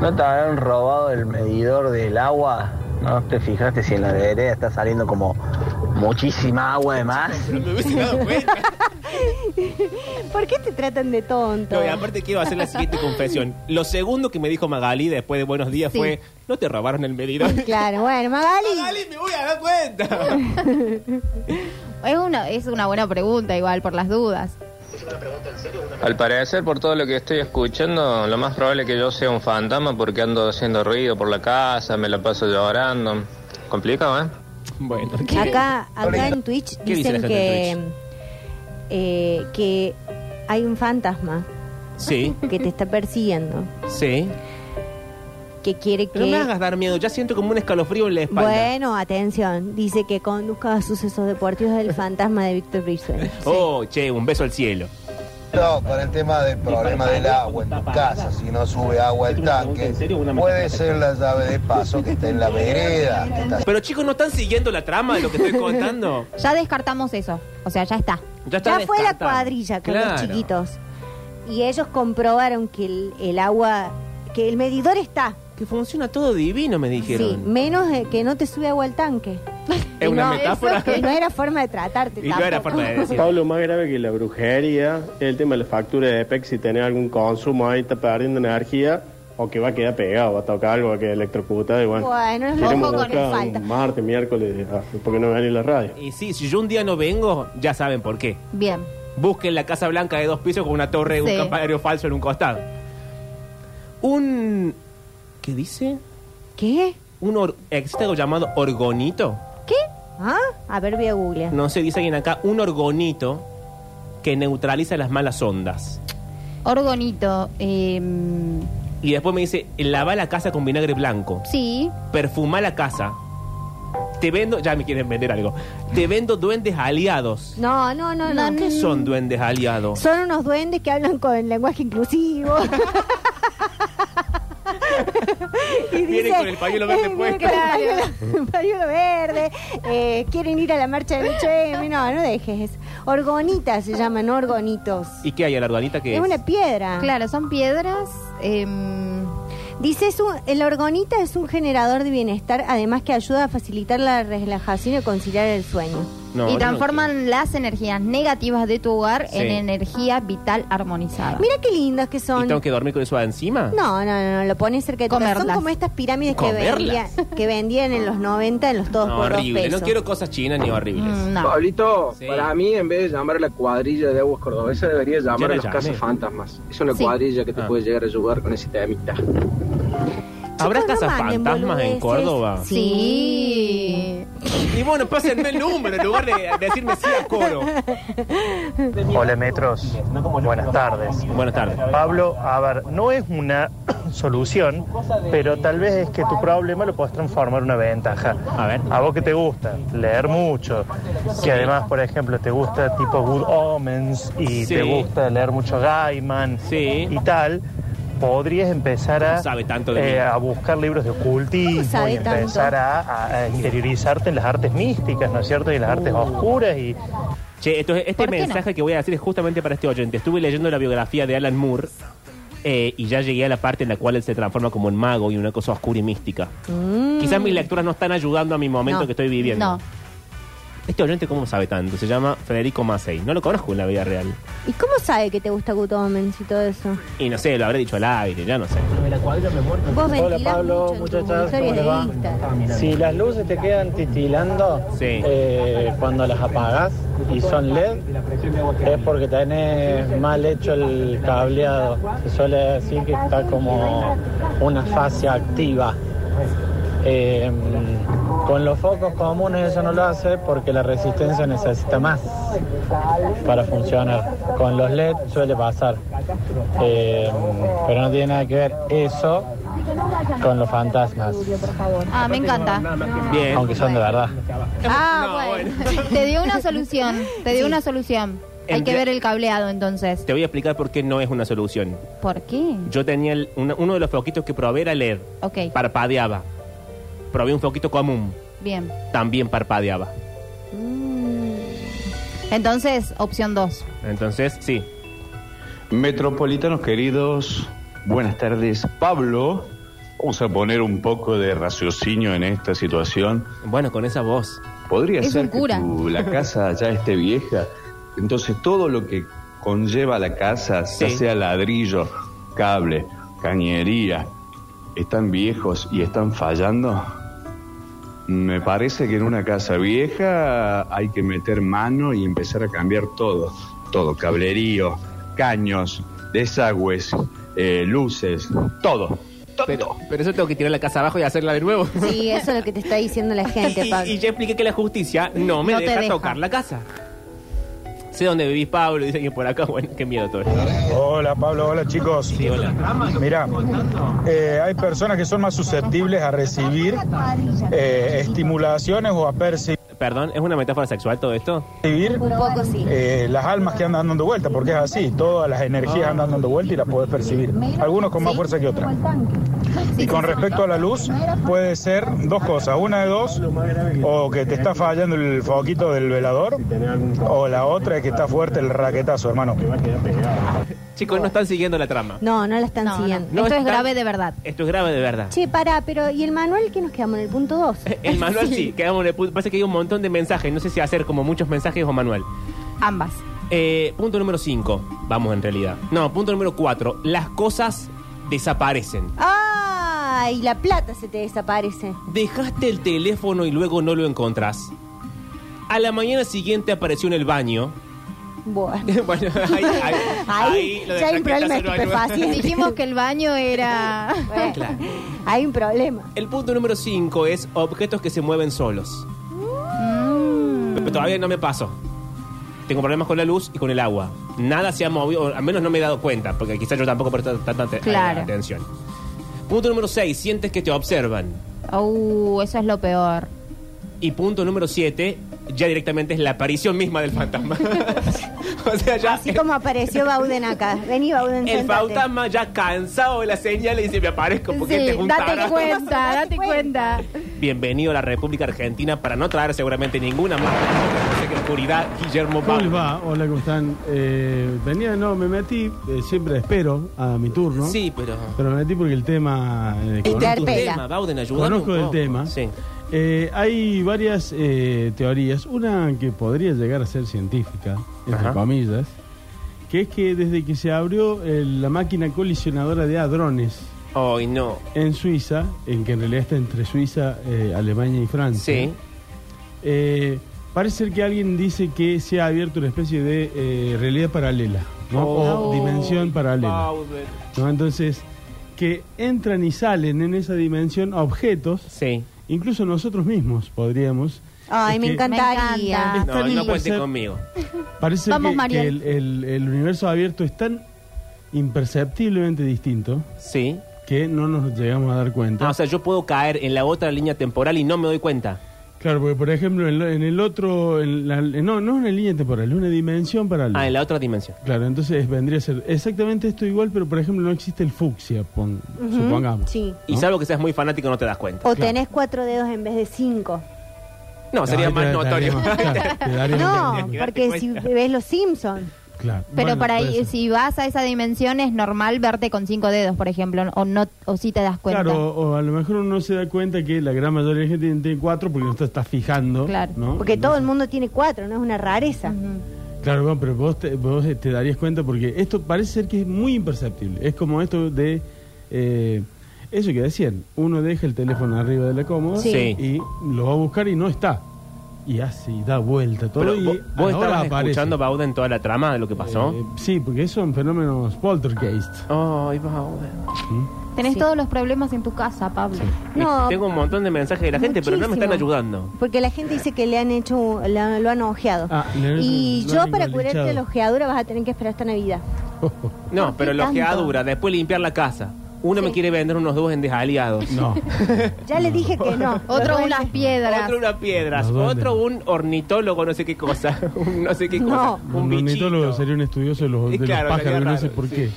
Speaker 8: ¿no te habrán robado el medidor del agua? ¿No te fijaste si en la vereda está saliendo como muchísima agua de más?
Speaker 1: Pero me hubiese dado cuenta.
Speaker 3: ¿Por qué te tratan de tonto?
Speaker 1: No, y aparte quiero hacer la siguiente confesión. Lo segundo que me dijo Magali después de Buenos Días
Speaker 4: Sí.
Speaker 1: fue, no te robaron el medidor.
Speaker 3: Claro, bueno, Magali.
Speaker 1: Magali, me voy a dar cuenta.
Speaker 4: Es una, es una buena pregunta, igual, por las dudas.
Speaker 10: Al parecer, por todo lo que estoy escuchando, lo más probable es que yo sea un fantasma porque ando haciendo ruido por la casa, me la paso llorando. Complicado, ¿eh?
Speaker 1: bueno,
Speaker 3: Acá, acá en Twitch
Speaker 1: ¿Qué dice la
Speaker 3: dicen
Speaker 1: gente
Speaker 3: que,
Speaker 1: en
Speaker 3: eh, que hay un fantasma
Speaker 1: sí,
Speaker 3: que te está persiguiendo,
Speaker 1: sí.
Speaker 3: que quiere
Speaker 1: Pero no me
Speaker 3: que...
Speaker 1: hagas dar miedo, ya siento como un escalofrío en la espalda.
Speaker 3: Bueno, atención, dice que conduzca a sucesos deportivos del fantasma de Víctor Brizuela.
Speaker 1: Oh, che, un beso al cielo.
Speaker 11: No, con el tema del problema del agua en tu casa, si no sube agua el tanque, puede ser la llave de paso que está en la vereda, que está
Speaker 1: Pero chicos, ¿no están siguiendo la trama de lo que estoy contando?
Speaker 4: Ya descartamos eso. O sea, ya está.
Speaker 1: Ya, está
Speaker 3: Ya fue la
Speaker 1: descartado.
Speaker 3: cuadrilla con
Speaker 1: Claro.
Speaker 3: los chiquitos y ellos comprobaron que el, el agua, que el medidor está,
Speaker 1: Que funciona todo divino, me
Speaker 3: sí,
Speaker 1: dijeron.
Speaker 3: menos eh, que no te sube agua al tanque.
Speaker 1: Es una
Speaker 3: No,
Speaker 1: metáfora.
Speaker 3: eso que no era forma de tratarte.
Speaker 1: Y no era
Speaker 3: tampoco.
Speaker 1: forma de decir.
Speaker 7: Pablo, más grave que la brujería es el tema de la factura de EPEX. Si tenés algún consumo ahí, está perdiendo energía o que va a quedar pegado, va a tocar algo, va a quedar electrocutado. Y bueno,
Speaker 3: Bueno, es
Speaker 7: queremos
Speaker 3: loco con el
Speaker 7: buscar
Speaker 3: falta.
Speaker 7: un martes, miércoles, ah, porque no venir la radio.
Speaker 1: Y sí, si yo un día no vengo, ya saben por qué.
Speaker 4: Bien.
Speaker 1: Busquen la Casa Blanca de dos pisos con una torre, un
Speaker 4: Sí.
Speaker 1: campanario falso en un costado. Un... ¿Qué dice?
Speaker 3: ¿Qué?
Speaker 1: Un or- ¿Existe algo llamado orgonito?
Speaker 3: ¿Qué? ¿Ah? A ver, voy a googlear.
Speaker 1: No sé, dice alguien acá. Un orgonito que neutraliza las malas ondas.
Speaker 4: Orgonito. eh,
Speaker 1: Y después me dice, lava la casa con vinagre blanco.
Speaker 4: Sí.
Speaker 1: Perfuma la casa. Te vendo, ya me quieren vender algo. Te vendo duendes aliados.
Speaker 3: No, no, no, no.
Speaker 1: ¿Qué son duendes aliados?
Speaker 3: Son unos duendes que hablan con lenguaje inclusivo. y
Speaker 1: Vienen
Speaker 3: dicen,
Speaker 1: con el pañuelo verde
Speaker 3: eh, vienen
Speaker 1: puesto.
Speaker 3: con el pañuelo- pañuelo verde. eh, quieren ir a la marcha del 8M. No, no dejes. Orgonitas se llaman, no orgonitos.
Speaker 1: ¿Y qué hay? ¿La organita que
Speaker 3: Es
Speaker 1: es?
Speaker 3: una
Speaker 1: Ah.
Speaker 3: piedra.
Speaker 4: Claro, son piedras. em,
Speaker 3: Dice, es un- el orgonita es un generador de bienestar, además que ayuda a facilitar la relajación y a conciliar el sueño.
Speaker 1: No, yo
Speaker 4: y
Speaker 1: no
Speaker 4: transforman las energías negativas de tu hogar
Speaker 1: Sí.
Speaker 4: en energía vital armonizada.
Speaker 3: Mira qué lindas que
Speaker 1: Ah. ¿Y
Speaker 3: son.
Speaker 1: tengo que dormir con eso encima?
Speaker 3: No, no, no, no, lo pones cerca de tu casa. Son
Speaker 4: Comerlas.
Speaker 3: como estas pirámides que vendían,
Speaker 1: Comerlas.
Speaker 3: que vendían en los 90 en los todos
Speaker 1: No,
Speaker 3: por dos
Speaker 1: horrible.
Speaker 3: pesos. Mm,
Speaker 1: No quiero cosas chinas ni horribles.
Speaker 4: Mm,
Speaker 5: Ah. Pablito,
Speaker 1: Sí.
Speaker 5: para mí en vez de llamar a la cuadrilla de aguas cordobesas debería
Speaker 1: Ya
Speaker 5: llamar
Speaker 1: la
Speaker 5: a los
Speaker 1: llamé. Ah.
Speaker 5: casas fantasmas. Es una
Speaker 1: Sí.
Speaker 5: cuadrilla que te puede llegar a ayudar con ese temita.
Speaker 1: ¿Habrá
Speaker 3: Chicos, no
Speaker 1: casas
Speaker 3: manden
Speaker 1: fantasmas en
Speaker 3: boludeces.
Speaker 1: Córdoba?
Speaker 4: Sí.
Speaker 1: Y bueno, pásenme el número en lugar de decirme sí a coro.
Speaker 12: Hola Metros, buenas tardes.
Speaker 1: Buenas tardes.
Speaker 12: Pablo, a ver, no es una solución, pero tal vez es que tu problema lo puedes transformar en una ventaja.
Speaker 1: A ver.
Speaker 12: A vos que te gusta leer mucho, que además, por ejemplo, te gusta tipo Good Omens y
Speaker 1: Sí.
Speaker 12: te gusta leer mucho Gaiman y tal, podrías empezar a,
Speaker 1: No sabe tanto de
Speaker 12: eh,
Speaker 1: mí.
Speaker 12: a buscar libros de
Speaker 1: No
Speaker 12: ocultismo
Speaker 1: sabe
Speaker 12: y empezar
Speaker 1: tanto.
Speaker 12: a, a- a interiorizarte en las artes místicas, ¿no es cierto? Y en las artes oscuras y...
Speaker 1: Che, entonces este
Speaker 12: ¿Por qué no?
Speaker 1: mensaje que voy a decir es justamente para este oyente. Estuve leyendo la biografía de Alan Moore eh, y ya llegué a la parte en la cual él se transforma como en mago y una cosa oscura y mística. Quizás mis lecturas no están ayudando a mi momento
Speaker 4: Mm. No,
Speaker 1: que estoy viviendo.
Speaker 4: No.
Speaker 1: Este oyente, ¿cómo sabe tanto? Se llama Federico Massey. No lo conozco en la vida real.
Speaker 3: ¿Y cómo sabe que te gusta Good Omens y todo eso?
Speaker 1: Y no sé, lo habré dicho al aire, ya no sé.
Speaker 3: Vos
Speaker 13: Hola
Speaker 3: ventilás
Speaker 13: Pablo,
Speaker 3: mucho en tus
Speaker 13: muchachas, ¿cómo
Speaker 3: historias
Speaker 13: les
Speaker 3: de
Speaker 13: va?
Speaker 3: Instagram.
Speaker 13: Si las luces te quedan titilando eh, cuando las apagas y son LED, es porque tenés mal hecho el cableado. Se suele decir que está como una fase activa. Eh, con los focos comunes eso no lo hace porque la resistencia necesita más para funcionar. Con los LED suele pasar. Eh, pero no tiene nada que ver eso con los fantasmas,
Speaker 4: Ah, me encanta.
Speaker 1: Bien.
Speaker 13: aunque son de verdad.
Speaker 4: Ah, bueno. Te dio una solución. Te dio una solución. Hay
Speaker 1: En
Speaker 4: que
Speaker 1: re-
Speaker 4: ver el cableado entonces.
Speaker 1: Te voy a explicar por qué no es una solución.
Speaker 4: ¿Por qué?
Speaker 1: Yo tenía el- una- uno de los foquitos que probé era LED.
Speaker 4: Ok,
Speaker 1: Parpadeaba. Probé un foquito común.
Speaker 4: bien.
Speaker 1: También parpadeaba.
Speaker 4: Entonces, opción 2.
Speaker 1: Entonces, sí.
Speaker 14: Metropolitanos queridos, buenas tardes. Pablo, vamos a poner un poco de raciocinio en esta situación.
Speaker 1: Bueno, con esa voz.
Speaker 14: Podría
Speaker 4: Es
Speaker 14: ser
Speaker 4: un cura.
Speaker 14: que tu- la casa ya esté vieja. Entonces todo lo que conlleva la casa, ya
Speaker 1: Sí.
Speaker 14: sea ladrillo, cable, cañería, están viejos y están fallando. Me parece que en una casa vieja hay que meter mano y empezar a cambiar todo. Todo, cablerío, caños, desagües, eh, luces, todo.
Speaker 1: Pero, pero eso tengo que tirar la casa abajo y hacerla de nuevo.
Speaker 3: Sí, eso es lo que te está diciendo la gente,
Speaker 1: y,
Speaker 3: Pablo.
Speaker 1: y ya expliqué que la justicia no me
Speaker 3: No te
Speaker 1: deja,
Speaker 3: deja.
Speaker 1: tocar la casa. Sé dónde vivís, Pablo, dicen que por acá, bueno, qué miedo todo esto.
Speaker 15: Hola Pablo, hola chicos. Mira, eh, hay personas que son más susceptibles a recibir eh, estimulaciones o a percibir
Speaker 1: Perdón, ¿es una metáfora sexual todo esto?
Speaker 3: Un poco sí.
Speaker 15: eh, las almas que andan dando vuelta, porque es así, todas las energías andan dando vuelta y las puedes percibir, algunos con más fuerza que otras. Y con respecto a la luz, puede ser dos cosas, una de dos, o que te está fallando el foquito del velador, o la otra es que está fuerte el raquetazo, hermano.
Speaker 1: Chicos, no están siguiendo la trama.
Speaker 3: No, no la están siguiendo.
Speaker 1: No
Speaker 4: Esto es
Speaker 1: están-
Speaker 4: grave de verdad.
Speaker 1: Esto es grave de verdad.
Speaker 3: Che, pará, pero ¿y el manual que nos quedamos en el punto 2?
Speaker 1: Eh, El manual sí, quedamos en el punto. Pasa que hay un montón de mensajes. No sé si hacer como muchos mensajes o manual.
Speaker 4: Ambas.
Speaker 1: Eh, punto número 5. Vamos en realidad. No, punto número 4. Las cosas desaparecen.
Speaker 3: ¡Ay! La plata se te desaparece.
Speaker 1: Dejaste el teléfono y luego no lo encontrás. A la mañana siguiente apareció en el baño.
Speaker 3: Bueno.
Speaker 1: bueno, ahí, ahí, ahí lo de
Speaker 3: ya hay un problema
Speaker 1: raquetazo no hay-
Speaker 3: estupefaciente.
Speaker 4: Dijimos que el baño era...
Speaker 1: Claro.
Speaker 3: Hay un problema.
Speaker 1: El punto número 5 es
Speaker 3: Mm.
Speaker 1: objetos que se mueven solos. Pero todavía no me pasó. tengo problemas con la luz y con el agua. Nada se ha movido, o al menos no me he dado cuenta, porque quizás yo tampoco presto tanta ate-
Speaker 4: Claro.
Speaker 1: atención. Punto número 6, sientes que te observan.
Speaker 4: Uh, eso es lo peor.
Speaker 1: Y punto número 7, ya directamente es la aparición misma del fantasma. o sea, ya
Speaker 3: Así como apareció Bauden acá. Vení, Bauden,
Speaker 1: el
Speaker 3: sentate.
Speaker 1: fantasma ya cansado de la señal y dice, me aparezco porque este te
Speaker 4: date
Speaker 1: juntaron.
Speaker 4: cuenta, date cuenta.
Speaker 1: Bienvenido a la República Argentina para no traer seguramente ninguna más. Sé que oscuridad, Guillermo
Speaker 13: ¿Cómo les
Speaker 1: Pablo.
Speaker 13: va? Hola, ¿cómo están? Eh, venía, no, me metí, eh, siempre espero a mi turno.
Speaker 1: Sí, pero-
Speaker 13: Pero me metí porque el tema... eh,
Speaker 1: Conozco
Speaker 13: conozco-
Speaker 1: el tema, Bauden, ayúdame un
Speaker 13: Conozco el
Speaker 1: poco.
Speaker 13: tema.
Speaker 1: Sí.
Speaker 13: Eh, hay varias eh, teorías. Una que podría llegar a ser científica, entre
Speaker 1: Ajá.
Speaker 13: comillas, que es que desde que se abrió eh, la máquina colisionadora de hadrones
Speaker 1: Hoy no.
Speaker 13: en Suiza, en que en realidad está entre Suiza, eh, Alemania y Francia.
Speaker 1: Sí.
Speaker 13: Eh, parece ser que alguien dice que se ha abierto una especie de eh, realidad paralela, ¿no?
Speaker 1: Oh.
Speaker 13: o dimensión paralela.
Speaker 1: Bauden.
Speaker 13: ¿no? Entonces, que entran y salen en esa dimensión objetos, incluso nosotros mismos podríamos.
Speaker 3: Ay,
Speaker 13: Es
Speaker 3: me
Speaker 13: que
Speaker 3: encantaría.
Speaker 13: Está
Speaker 1: No,
Speaker 13: bien
Speaker 1: no cuente
Speaker 13: percep-
Speaker 1: conmigo.
Speaker 13: Parece
Speaker 3: Vamos,
Speaker 13: que- que,
Speaker 3: Mariel.
Speaker 13: el, el- el universo abierto es tan imperceptiblemente distinto
Speaker 1: sí.
Speaker 13: que no nos llegamos a dar cuenta.
Speaker 1: Ah, o sea, yo puedo caer en la otra línea temporal y no me doy cuenta.
Speaker 13: Claro, porque por ejemplo en, lo- en el otro, en la- en- no, no es una línea temporal, es una dimensión paralela.
Speaker 1: Ah, en la otra dimensión.
Speaker 13: Claro, entonces vendría a ser exactamente esto igual, pero por ejemplo no existe el fucsia, pon-
Speaker 3: Ujú,
Speaker 13: supongamos.
Speaker 3: Sí.
Speaker 1: Y salvo que seas muy fanático no te das cuenta.
Speaker 3: O tenés cuatro dedos en vez de cinco.
Speaker 1: No, sería
Speaker 13: Ahí te-
Speaker 1: más
Speaker 13: te
Speaker 1: notorio.
Speaker 13: daríamos- claro, te daríamos
Speaker 3: No,
Speaker 13: cuenta.
Speaker 3: porque si ves los Simpsons.
Speaker 13: Claro.
Speaker 4: Pero
Speaker 13: Bueno,
Speaker 4: para
Speaker 13: puede
Speaker 4: ahí,
Speaker 13: ser.
Speaker 4: si vas a esa dimensión es normal verte con cinco dedos, por ejemplo, o no o si te das cuenta.
Speaker 13: Claro, o a lo mejor uno no se da cuenta que la gran mayoría de gente tiene cuatro porque no te estás fijando.
Speaker 3: Claro.
Speaker 13: ¿no?
Speaker 3: Porque todo el mundo tiene cuatro, no es una rareza.
Speaker 13: Claro, bueno, pero vos te, vos eh, te darías cuenta porque esto parece ser que es muy imperceptible. Es como esto de... eh, eso que decían, uno deja el teléfono arriba de la cómoda
Speaker 1: Sí. Sí.
Speaker 13: y lo va a buscar y no está. Y así, da vuelta todo
Speaker 1: Pero
Speaker 13: y
Speaker 1: vos,
Speaker 13: a
Speaker 1: vos
Speaker 13: la hora
Speaker 1: estabas
Speaker 13: aparece.
Speaker 1: escuchando Bauden toda la trama de lo que pasó.
Speaker 13: Eh, sí, porque son fenómenos poltergeist. ¿Mm?
Speaker 1: Ay, Bauden.
Speaker 4: Tenés todos los problemas en tu casa, Pablo.
Speaker 3: No,
Speaker 1: Tengo un montón de mensajes de la gente, pero no me están
Speaker 3: muchísimo.
Speaker 1: ayudando.
Speaker 3: Porque la gente dice que le han hecho, la- lo han ojeado.
Speaker 1: Ah, le-
Speaker 3: y
Speaker 1: lo
Speaker 3: yo
Speaker 1: han
Speaker 3: para
Speaker 1: engolinchado.
Speaker 3: curarte la ojeadura vas a tener que esperar hasta Navidad.
Speaker 13: Oh,
Speaker 1: No, pero lo que
Speaker 3: tanto?
Speaker 1: dura, después limpiar la casa. Uno me quiere vender unos dos en desaliados.
Speaker 13: No.
Speaker 3: Ya le dije que no.
Speaker 4: Otro
Speaker 3: Los
Speaker 4: unas piedras.
Speaker 1: Otro una piedras,
Speaker 13: Los duendes.
Speaker 1: otro un ornitólogo, no sé qué cosa, un no sé qué cosa, un
Speaker 13: Un
Speaker 1: bichito.
Speaker 13: ornitólogo sería un estudioso de los,
Speaker 1: Y
Speaker 13: de los
Speaker 1: claro, sería
Speaker 13: pájaros, no sé
Speaker 1: raro,
Speaker 13: por qué.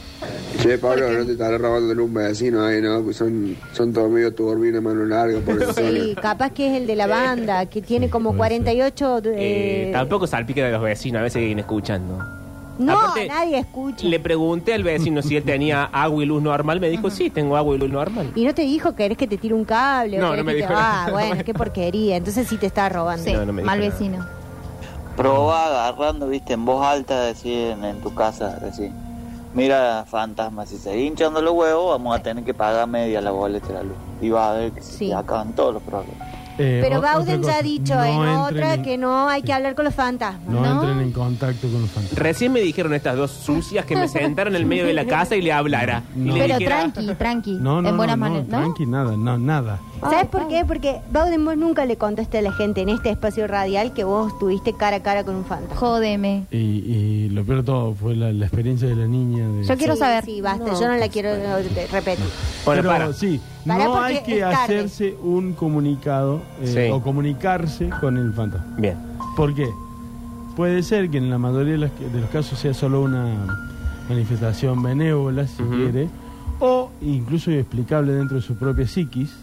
Speaker 16: Che, Pablo, no te estarás robando un vecino ahí, ¿no? Pues son, son todos medio turbinas, mano larga, por eso.
Speaker 3: Sí, capaz que es el de la banda, que tiene como 48...
Speaker 1: Eh,
Speaker 3: eh,
Speaker 1: tampoco salpique de los vecinos, a veces vienen escuchando.
Speaker 3: no,
Speaker 1: aparte-
Speaker 3: nadie escucha.
Speaker 1: Le pregunté al vecino si él tenía agua y luz normal, me dijo, sí, tengo agua y luz normal.
Speaker 3: Y no te dijo que eres que te tire un cable. o
Speaker 1: No,
Speaker 3: querés
Speaker 1: no me
Speaker 3: que
Speaker 1: dijo
Speaker 3: te...
Speaker 1: nada.
Speaker 3: Ah, bueno, qué porquería. Entonces sí te está robando.
Speaker 1: Sí, No, no me dijo mal nada. vecino.
Speaker 17: Probá agarrando, viste, en voz alta, decir en, en tu casa, decir, mira, fantasma, si seguís hinchando los huevos, vamos a tener que pagar media la boleta de la luz. Y va a ver que se te acaban todos los problemas.
Speaker 13: Eh,
Speaker 3: Pero
Speaker 13: o- otra
Speaker 3: Bauden ya
Speaker 13: cosa,
Speaker 3: ha dicho
Speaker 13: no
Speaker 3: en
Speaker 13: entren
Speaker 3: otra
Speaker 13: en-
Speaker 3: que no hay que hablar con los fantasmas.
Speaker 13: No, entren en contacto con los fantasmas.
Speaker 1: Recién me dijeron estas dos sucias que me sentaron en el medio de la casa y le hablara. Y le
Speaker 4: Pero
Speaker 1: dijera,
Speaker 4: tranqui, tranqui,
Speaker 13: No, no,
Speaker 4: en buenas
Speaker 13: no, no,
Speaker 4: maneras, ¿no?
Speaker 13: tranqui, nada, no, nada.
Speaker 3: ¿Sabes por qué? Porque Bauden, vos nunca le contaste a la gente en este espacio radial que vos tuviste cara a cara con un fantasma.
Speaker 4: Jódeme.
Speaker 13: Y, y lo peor de todo fue la, la experiencia de la niña. De...
Speaker 4: Yo quiero
Speaker 3: Sí,
Speaker 4: saber.
Speaker 3: Sí, basta, yo no la quiero eh, repetir.
Speaker 13: Pero
Speaker 1: para.
Speaker 13: sí,
Speaker 3: Para
Speaker 13: no
Speaker 3: porque
Speaker 13: hay que
Speaker 3: es tarde.
Speaker 13: hacerse un comunicado eh,
Speaker 1: Sí.
Speaker 13: o comunicarse con el fantasma.
Speaker 1: Bien.
Speaker 13: ¿Por qué? Puede ser que en la mayoría de, las- de los casos sea solo una manifestación benévola, si quiere, o incluso explicable dentro de su propia psiquis.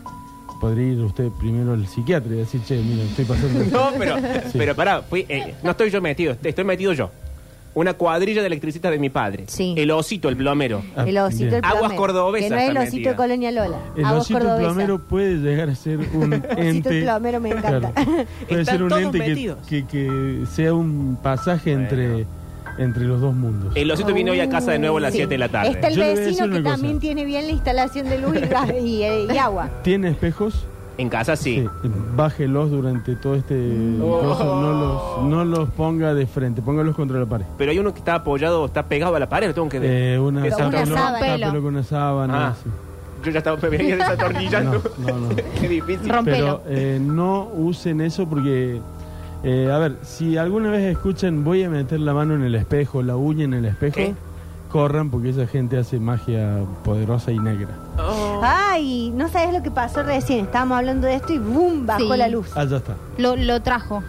Speaker 13: Podría ir usted primero al psiquiatra y decir, che, mira, estoy pasando...
Speaker 1: No, pero, pero pará, fui, eh, no estoy yo metido, estoy metido yo. Una cuadrilla de electricistas de mi padre. El osito, el plomero.
Speaker 13: Ah,
Speaker 3: El osito el plomero,
Speaker 1: Aguas cordobesas.
Speaker 3: Que no es el
Speaker 1: está
Speaker 3: osito de
Speaker 1: metida.
Speaker 3: Colonia Lola.
Speaker 13: El
Speaker 3: aguas
Speaker 13: osito
Speaker 3: cordobesas.
Speaker 13: plomero puede llegar a ser un
Speaker 3: Osito
Speaker 13: ente.
Speaker 3: el plomero me encanta.
Speaker 13: Claro. Puede
Speaker 1: Están
Speaker 13: ser un
Speaker 1: todos
Speaker 13: ente que,
Speaker 1: metidos.
Speaker 13: que- que sea un pasaje entre, entre los dos mundos.
Speaker 1: El osito viene hoy a casa de nuevo a las
Speaker 3: Sí.
Speaker 1: 7 de la tarde.
Speaker 3: Está el
Speaker 13: Yo le voy a
Speaker 3: vecino
Speaker 13: decir
Speaker 3: que
Speaker 13: una cosa.
Speaker 3: también tiene bien la instalación de luz y, gas y, eh, y agua.
Speaker 13: ¿Tiene espejos?
Speaker 1: En casa sí. Mm.
Speaker 13: Bájelos durante todo este. coso,
Speaker 1: Oh.
Speaker 13: no, los, no los ponga de frente, póngalos contra la pared.
Speaker 1: Pero hay uno que está apoyado, está pegado a la pared, lo tengo que ver.
Speaker 13: Eh, una
Speaker 1: Esa
Speaker 13: sábana,
Speaker 1: tornilla.
Speaker 13: tápelo con una sábana.
Speaker 1: Ah, Yo ya estaba me venía desatornillando.
Speaker 13: No, no, no.
Speaker 1: Qué difícil.
Speaker 13: Pero eh, no usen eso porque Eh, a ver, si alguna vez escuchan voy a meter la mano en el espejo, la uña en el espejo, corran porque esa gente hace magia poderosa y negra.
Speaker 3: Ay, no sabes lo que pasó recién. Estábamos hablando de esto y ¡boom! Bajó
Speaker 4: Sí.
Speaker 3: la luz.
Speaker 13: Ah, ya está.
Speaker 4: Lo, lo trajo.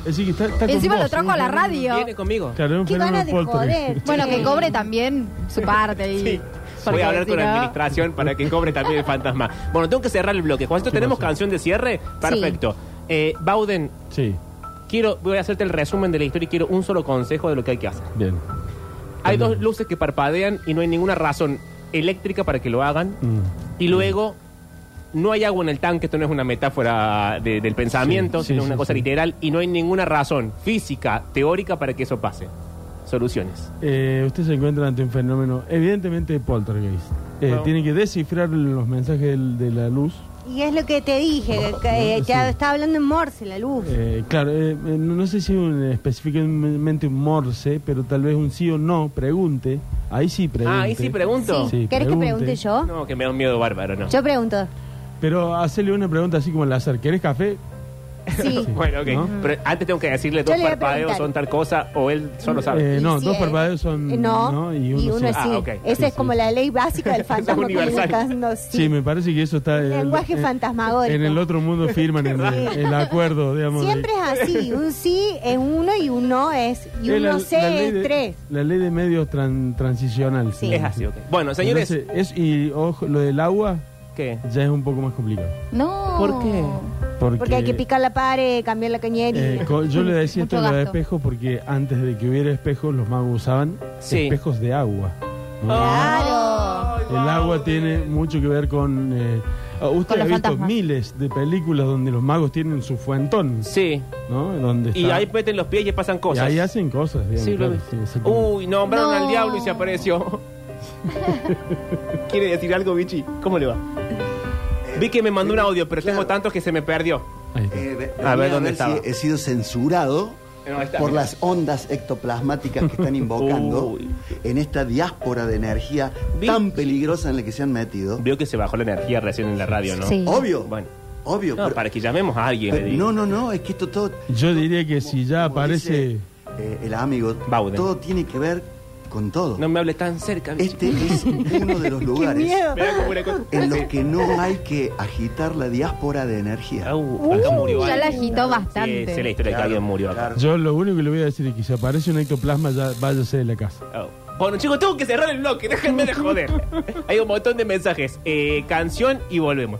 Speaker 13: Es decir, que está, está con
Speaker 4: Encima
Speaker 13: vos,
Speaker 4: lo trajo a la radio.
Speaker 1: Viene conmigo.
Speaker 13: Claro, un
Speaker 4: Qué
Speaker 13: fenómeno
Speaker 4: ganas de
Speaker 13: poltergeist.
Speaker 4: joder. Bueno, que cobre también su parte. ahí. Porque
Speaker 1: Voy a hablar
Speaker 4: si
Speaker 1: con la
Speaker 4: no-
Speaker 1: administración para que cobre también el fantasma. Bueno, tengo que cerrar el bloque. Juanito, ¿tenemos canción de cierre? Perfecto. Eh, Bauden.
Speaker 13: Sí.
Speaker 1: Quiero, voy a hacerte el resumen de la historia y quiero un solo consejo de lo que hay que hacer.
Speaker 13: Bien.
Speaker 1: Hay dos luces que parpadean y no hay ninguna razón eléctrica para que lo hagan.
Speaker 13: Mm.
Speaker 1: Y luego, no hay agua en el tanque, esto no es una metáfora de- del pensamiento,
Speaker 13: Sí, sí,
Speaker 1: sino una
Speaker 13: sí,
Speaker 1: cosa
Speaker 13: sí.
Speaker 1: literal. Y no hay ninguna razón física, teórica, para que eso pase. Soluciones.
Speaker 13: Eh, usted se encuentra ante un fenómeno evidentemente poltergeist. Eh,
Speaker 1: Bueno.
Speaker 13: Tiene que descifrar los mensajes del- de la luz.
Speaker 3: Y es lo que te dije, que, eh, te ha- estaba hablando en Morse, la luz.
Speaker 13: Eh, claro, eh, eh, no, no sé si un- específicamente un morse, pero tal vez un sí o no, pregunte. Ahí sí pregunte.
Speaker 1: Ah, ahí sí pregunto.
Speaker 13: Sí,
Speaker 3: ¿Querés que pregunte yo?
Speaker 1: No, que me da un miedo bárbaro, ¿no?
Speaker 3: Yo pregunto.
Speaker 13: Pero hacerle una pregunta así como al azar. ¿Querés café?
Speaker 3: Sí.
Speaker 1: Bueno, ok.
Speaker 13: ¿No?
Speaker 1: Pero antes tengo que decirle
Speaker 3: Yo
Speaker 1: dos
Speaker 3: le voy a
Speaker 1: parpadeos
Speaker 3: preguntar.
Speaker 1: son tal cosa o él solo sabe.
Speaker 13: Eh, no,
Speaker 3: Y
Speaker 13: dos
Speaker 3: sí,
Speaker 13: parpadeos son
Speaker 3: Eh, no,
Speaker 13: no
Speaker 3: y uno, es sí.
Speaker 1: Ah, ok.
Speaker 3: Esa es como la ley básica del fantasma
Speaker 1: universal.
Speaker 3: comunicando. Sí.
Speaker 13: Sí, me parece que eso está... en-
Speaker 3: Lenguaje
Speaker 13: en-
Speaker 3: fantasmagórico.
Speaker 13: En el otro mundo firman el, el acuerdo, digamos. de-
Speaker 3: Siempre es así. Un sí es uno y un no es. Y
Speaker 13: Es
Speaker 3: un
Speaker 13: Eh, la-
Speaker 3: no
Speaker 13: la
Speaker 3: sé
Speaker 13: ley
Speaker 3: es
Speaker 13: de-
Speaker 3: tres.
Speaker 13: La ley de medios tran- transicional. se
Speaker 1: Es
Speaker 13: llama.
Speaker 1: así, ok. Bueno, señores.
Speaker 13: Entonces, es- y ojo, lo del agua
Speaker 1: ¿Qué?
Speaker 13: ya es un poco más complicado.
Speaker 4: No.
Speaker 3: ¿Por qué?
Speaker 13: Porque,
Speaker 3: Porque hay que picar la pared, cambiar la
Speaker 13: eh,
Speaker 3: cañería.
Speaker 13: co- yo le decía
Speaker 3: Mucho
Speaker 13: esto de los
Speaker 3: gasto.
Speaker 13: espejos porque antes de que hubiera espejos, los magos usaban
Speaker 1: Sí.
Speaker 13: espejos de agua. ¿no?
Speaker 1: Ah.
Speaker 3: Claro.
Speaker 13: El agua tiene mucho que ver con. eh, ah, usted
Speaker 1: Con
Speaker 13: ha
Speaker 1: los
Speaker 13: visto
Speaker 1: fantasmas.
Speaker 13: miles de películas donde los magos tienen su fuentón.
Speaker 1: Sí.
Speaker 13: ¿No? Donde
Speaker 1: Y
Speaker 13: está-
Speaker 1: ahí meten los pies y pasan
Speaker 13: y
Speaker 1: cosas.
Speaker 13: ahí hacen cosas. digamos,
Speaker 1: Sí, lo
Speaker 13: claro,
Speaker 1: vi.
Speaker 13: sí, exactamente.
Speaker 1: Uy, nombraron
Speaker 4: No.
Speaker 1: al diablo y se apareció. ¿Quiere decir algo, Bichi? ¿Cómo le va? Vi que me mandó un audio, pero tengo tantos que se me perdió.
Speaker 18: Eh,
Speaker 1: A ver dónde estaba.
Speaker 18: he sido censurado
Speaker 1: No, ahí está,
Speaker 18: por
Speaker 1: mira.
Speaker 18: las ondas ectoplasmáticas que están invocando en esta diáspora de energía tan peligrosa en la que se han metido.
Speaker 1: Vio que se bajó la energía recién en la radio, ¿no?
Speaker 18: Sí. Obvio.
Speaker 1: Bueno.
Speaker 18: Obvio.
Speaker 1: No, para que llamemos a alguien. le
Speaker 18: Pero no,
Speaker 1: digo.
Speaker 18: no, no, es que esto todo,
Speaker 13: Yo diría que si ya aparece.
Speaker 18: eh, el amigo, todo tiene que ver con todo.
Speaker 1: No me hable tan cerca.
Speaker 18: Este es uno de los lugares
Speaker 1: Mirá cómo era con-
Speaker 18: en los que no hay que agitar la diáspora de energía.
Speaker 1: acá
Speaker 18: uh,
Speaker 1: murió
Speaker 4: ya
Speaker 1: alguien.
Speaker 4: la agitó bastante.
Speaker 1: Sí, sí, la historia de que alguien murió acá.
Speaker 13: Yo lo único que le voy a decir es que si aparece un ectoplasma, ya váyase de la casa.
Speaker 1: Oh. Bueno, chicos, tengo que cerrar el bloque, déjenme de joder. Hay un montón de mensajes. Eh, canción y volvemos.